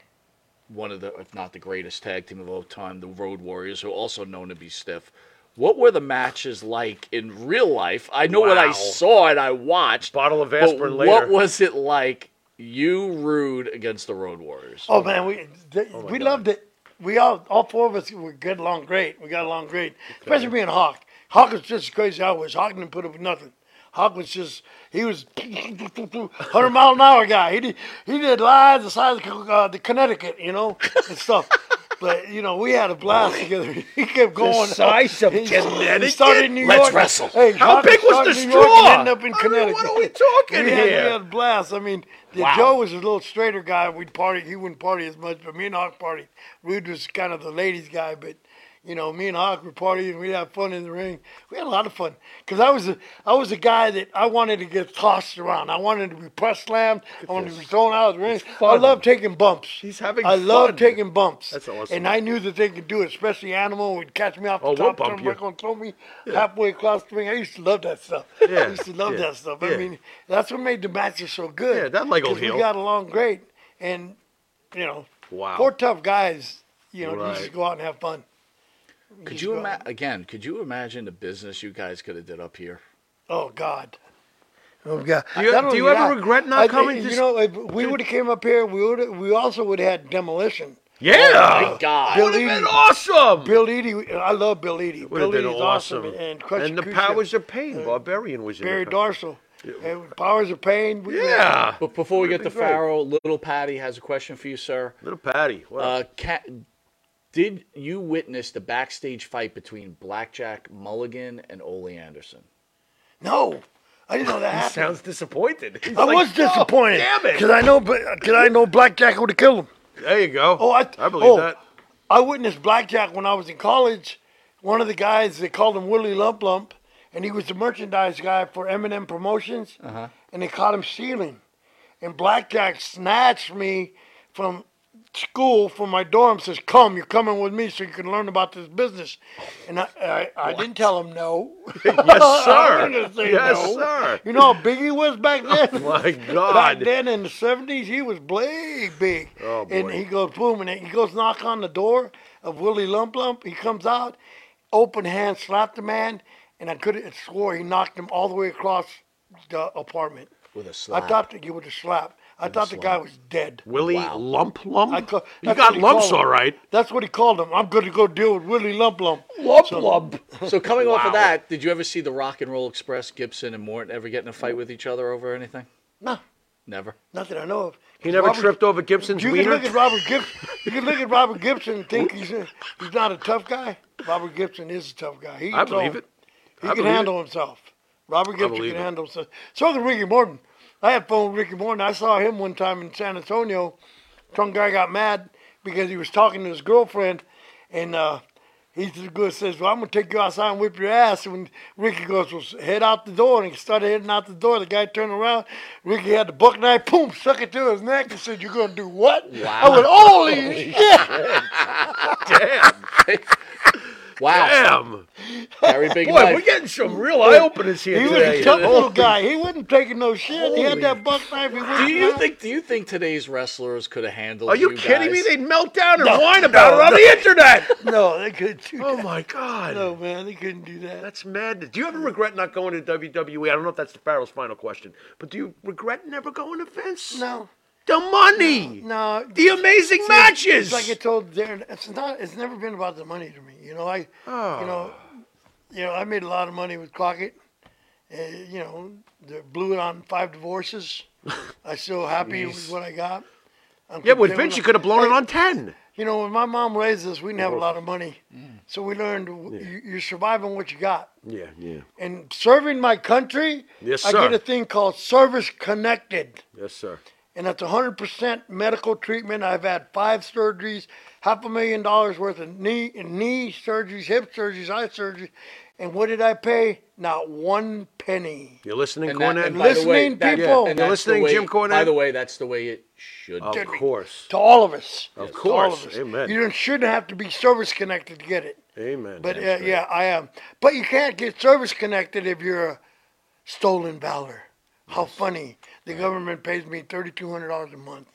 one of the, if not the greatest tag team of all time, the Road Warriors, who are also known to be stiff. What were the matches like in real life? I know what I Wow. saw and I watched. Bottle of but aspirin later. what was it like? You rude against the Road Warriors. Oh man, we th- we God. loved it. We all all four of us were good along great. We got along great, especially me and Hawk. Hawk was just as crazy. as I was. Hawk didn't put up with nothing. Hawk was just he was hundred mile an hour guy. He did he did lies the size of uh, the Connecticut, you know, and stuff. But you know, we had a blast together. (laughs) He kept going. size of He- he Connecticut? started in New Let's York. wrestle. Hey, How Hawk big was started the in New York and straw? ended up I in mean, Connecticut. what are we talking we had, here? We had a blast. I mean, the Wow. Joe was a little straighter guy. We'd party. He wouldn't party as much, but me and Hawk party. Rude was kind of the ladies guy, but you know, me and Hawk would party and we'd have fun in the ring. We had a lot of fun because I was a I was a guy that I wanted to get tossed around. I wanted to be press slammed. I wanted to be thrown out of the ring. I fun. love taking bumps. He's having I love fun. taking bumps. That's awesome. And I knew that they could do it, especially Animal would catch me off the Oh, we'll top bump you. turnbuckle and throw me halfway across the ring. I used to love that stuff. Yeah, I used to love yeah, that stuff. yeah. I mean, that's what made the matches so good. Yeah, that leg will 'cause heal. We got along great, and you know, Wow. four tough guys. You know, Right. just go out and have fun. Could Just you go ima- out. again? Could you imagine the business you guys could have did up here? Oh God. Oh God. Do you- Not do only you ever that, regret not I- coming You to s- know, if we would have came up here, we would. We also would have had demolition. Yeah. Thank God. Bill Would've been Eady. awesome. Bill Eady. I love Bill Eady. Mm. Would have Bill been Eady's awesome. awesome. And Crush And the Kucha, powers of pain. Barbarian was in Barry the Dorsal. And Powers of Pain. We- Yeah. But before we get Would've to been great. Farrell, little Patty has a question for you, sir. (laughs) Little Patty. Wow. Uh, Cat, did you witness the backstage fight between Blackjack Mulligan and (laughs) Ole Anderson? No, I didn't know that happened. sounds disappointed. He's I like, was "Oh, disappointed. damn it. Cause I know, cause I know Blackjack would have killed him. There you go. Oh, I, believe oh, that. I witnessed Blackjack when I was in college. One of the guys they called him Willie Lump Lump, and he was the merchandise guy for Eminem Promotions. And they caught him stealing, and Blackjack snatched me from school from my dorm. Says, "Come, you're coming with me, so you can learn about this business." And I, I, I didn't tell him (laughs) no. Yes, I wasn't sir. gonna say yes, no. sir. You know how big he was back then. My (laughs) Back God. then in the seventies, he was big, big. Oh, And boy. he goes boom, and he goes knock on the door of Willie Lump Lump. He comes out, open hand slapped the man, and I could have swore he knocked him all the way across the apartment. With a slap. I thought that he would have slapped. I thought the guy was dead. Willie Lump Lump? I ca- you that's got what he lumps called him. all right. That's what he called him. I'm going to go deal with Willie Lump Lump. Lump Lump. So coming off of Wow. that, did you ever see the Rock and Roll Express, Gibson and Morton ever get in a fight with each other over anything? No, Never. Not that I know of. He never Robert- tripped over Gibson's You can wiener. look at Robert Gibson. You can look at Robert Gibson and (laughs) think he's a, he's not a tough guy. Robert Gibson is a tough guy. He I can believe talk. it. He I can believe handle himself. Robert Gibson believe can it. handle himself. So can Ricky Morton. I had phone with Ricky Morton. I saw him one time in San Antonio. Some guy got mad because he was talking to his girlfriend, and uh, he just goes says, "Well, I'm gonna take you outside and whip your ass." And when Ricky goes, "Well, head out the door," and he started heading out the door. The guy turned around. Ricky had the buck knife, boom, stuck it to his neck, and said, "You're gonna do what?" I went, "Holy shit!" Damn. Wow. Damn. Very (laughs) big Boy, knife. we're getting some real eye openers here He was today. Oh, a tough little guy. He wasn't taking no shit. He Holy- had that buck knife. He Do wasn't you think? Do you think today's wrestlers could have handled? Are you, kidding me? guys? They'd melt down and whine about it on the internet. No, they couldn't (laughs) do Oh that. my God. No, man, they couldn't do that. That's madness. Do you ever regret not going to WWE? I don't know if that's the Farrell's final question, but do you regret never going to Vince? No, The money. no. The amazing See, matches. It's like I told Darren, it's not. It's never been about the money to me. You know, I, you Ah. know, you know, I made a lot of money with Crockett. Uh, you know, they blew it on five divorces. I'm still happy with what I got. I'm yeah, with content Vince, what you I- could have blown it Hey, on ten. You know, when my mom raised us, we didn't have a lot of money, Mm. so we learned w you, you're surviving what you got. Yeah, yeah. And serving my country, Yes, I get sir. a thing called service connected Yes, sir. and that's 100% medical treatment. I've had five surgeries, half a million dollars worth of knee knee surgeries, hip surgeries, eye surgeries, and what did I pay? Not one penny. You're listening, And, that, Cornette? and by the way, Listening that- people. and You're that's the listening, way- Jim Cornette? By the way, that's the way it should. of be. course. To all of us. Of To course. all of us. Amen. You don't- shouldn't have to be service connected to get it. Amen. But uh, That's right. yeah, I am. But you can't get service connected if you're a stolen valor. How funny. The government pays me $3,200 a month.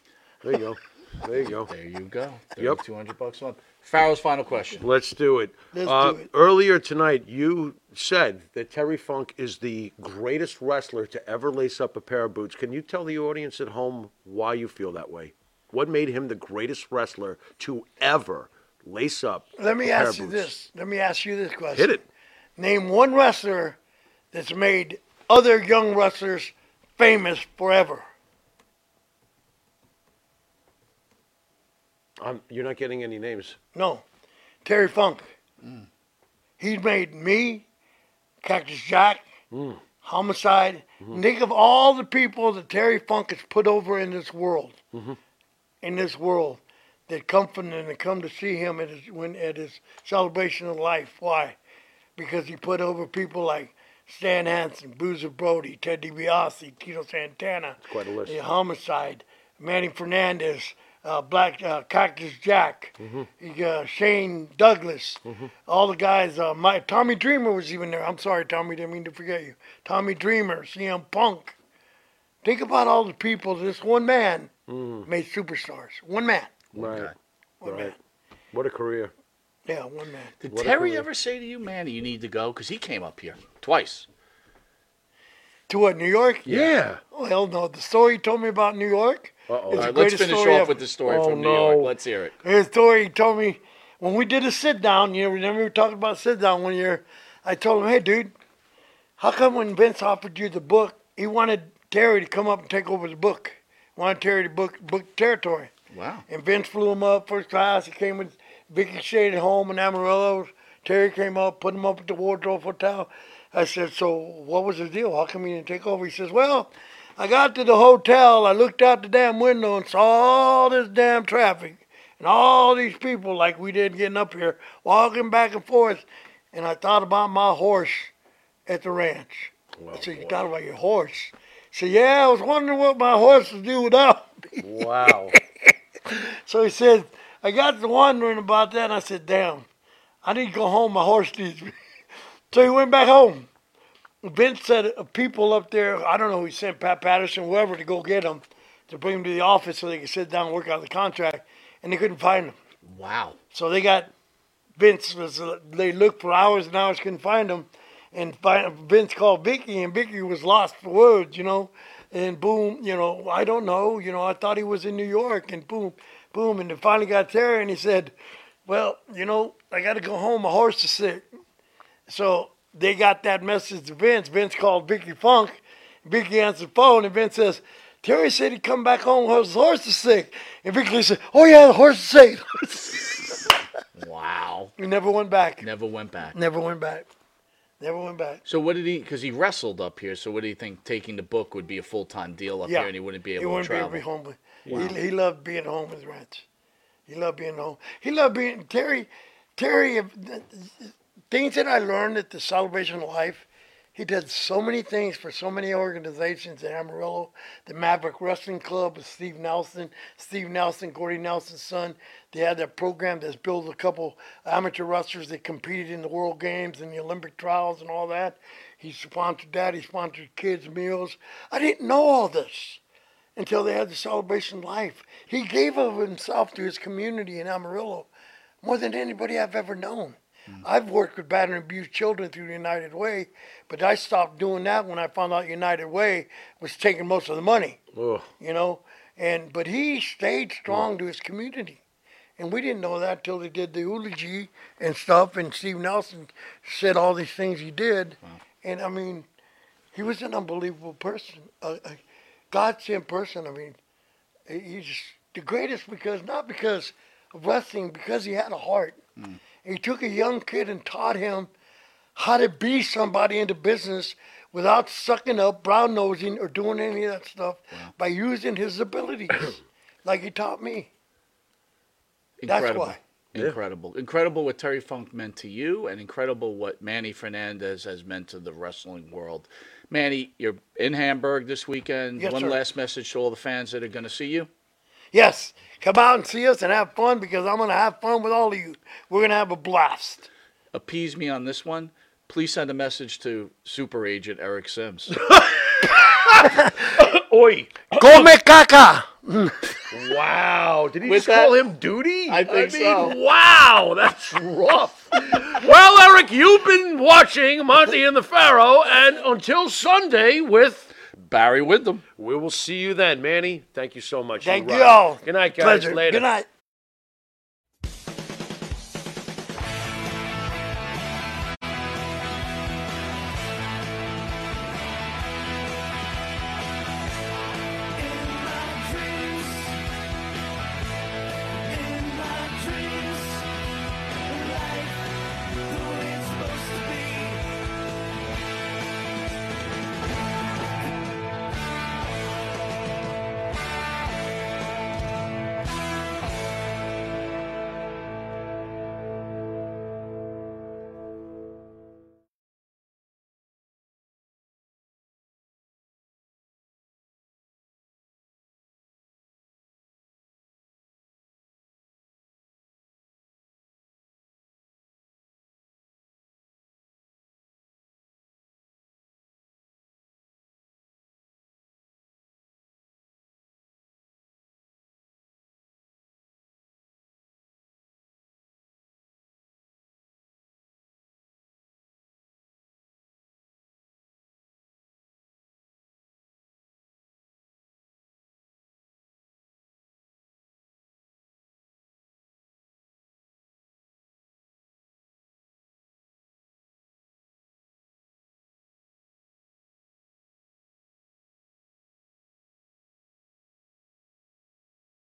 There you go. (laughs) There you go. There you go. Yep. Two hundred bucks a month. Farrell's final question. Let's do it. Let's Uh, do it. Earlier tonight, you said that Terry Funk is the greatest wrestler to ever lace up a pair of boots. Can you tell the audience at home why you feel that way? What made him the greatest wrestler to ever lace up? Let me a pair ask of you boots? this. Let me ask you this question. Hit it. Name one wrestler that's made other young wrestlers famous forever. I'm, Um, you're not getting any names. No, Terry Funk. He's made me, Cactus Jack, Mm. Homicide. Mm-hmm. Think of all the people that Terry Funk has put over in this world, Mm-hmm. in this world, that come from and that come to see him at his when at his celebration of life. Why? Because he put over people like Stan Hansen, Boozer Brody, Ted DiBiase, Tito Santana. quite a list. Yeah, homicide, Manny Fernandez, uh, Black uh, Cactus Jack, Mm-hmm. you got Shane Douglas, all the guys. Uh, my Tommy Dreamer was even there. I'm sorry, Tommy, didn't mean to forget you. Tommy Dreamer, CM Punk. Think about all the people this one man made superstars. One man. Right. One Mm. Right. man. What a career. Yeah, one man. Did What a Terry career. ever say to you, "Man, you need to go"? Because he came up here twice. To what, New York? Yeah. Oh, hell no. The story he told me about New York. Uh-oh. It's All the right, let's greatest finish off story ever. with the story Oh, from New York. no. Let's hear it. His story, he told me when we did a sit down, you know, remember we were talking about sit down one year. I told him, hey, dude, how come when Vince offered you the book, he wanted Terry to come up and take over the book? Wanted Terry to book book territory. Wow. And Vince flew him up first class. He came with Vicky stayed at home in Amarillo. Terry came up, put him up at the Wardrobe Hotel. I said, so what was the deal? How come you didn't take over? He says, well, I got to the hotel. I looked out the damn window and saw all this damn traffic and all these people like we did getting up here, walking back and forth. And I thought about my horse at the ranch. I said, you thought about your horse? He said, yeah, I was wondering what my horse would do without (laughs) me. Wow. (laughs) So he said, I got to wondering about that, and I said, damn, I need to go home. My horse needs me. (laughs) so he went back home. Vince said uh, people up there, I don't know, he sent Pat Patterson, whoever, to go get him, to bring him to the office so they could sit down and work out the contract, and they couldn't find him. Wow. So they got Vince was they looked for hours and hours couldn't find him, and fi- Vince called Vicky and Vicky was lost for words, you know, and boom, you know I don't know, you know I thought he was in New York, and boom, boom, and they finally got Terry and he said, well, you know I got to go home, my horse is sick, so they got that message to Vince. Vince called Vicky Funk. Vicky answered the phone, and Vince says, Terry said he'd come back home with his horse is sick. And Brinkley said, Oh, yeah, the horse is safe. (laughs) Wow. he never went back. Never went back. Never went back. Never went back. So what did he? Because he wrestled up here. So what do you think? Taking the book would be a full time deal up Yeah. here, and he wouldn't be able he to wouldn't be travel. able to be home. With, he, he loved being home with Ranch. He loved being home. He loved being Terry. Terry, if- things that I learned at the Salvation Life, he did so many things for so many organizations in Amarillo, the Maverick Wrestling Club with Steve Nelson, Steve Nelson, Gordy Nelson's son. They had that program that's built a couple amateur wrestlers that competed in the World Games and the Olympic trials and all that. He sponsored that. He sponsored kids' meals. I didn't know all this until they had the celebration life. He gave of himself to his community in Amarillo more than anybody I've ever known. I've worked with battered and abused children through United Way, but I stopped doing that when I found out United Way was taking most of the money, Ugh. you know. And but he stayed strong to his community. And we didn't know that till they did the eulogy and stuff and Steve Nelson said all these things he did. And I mean, he was an unbelievable person, a, a God sent person. I mean, he- he's just the greatest because not because of wrestling, because he had a heart. He took a young kid and taught him how to be somebody in the business without sucking up, brown nosing, or doing any of that stuff by using his (clears throat) abilities, like he taught me. Incredible. That's why. Incredible. Incredible what Terry Funk meant to you, and incredible what Manny Fernandez has meant to the wrestling world. Manny, you're in Hamburg this weekend. Yes, One sir. last message to all the fans that are going to see you. Yes, come out and see us and have fun because I'm gonna have fun with all of you. We're gonna have a blast. Appease me on this one. Please send a message to Super Agent Eric Sims. Oi! Come caca. Wow! Did he With just call that- him Duty? (laughs) I think mean, so. Wow, that's rough. well, Eric, you've been watching Monty and the Pharaoh, and until Sunday with. Barry Windham. We will see you then, Manny. Thank you so much. Thank rock. you all. Good night, guys. Pleasure. Later. Good night.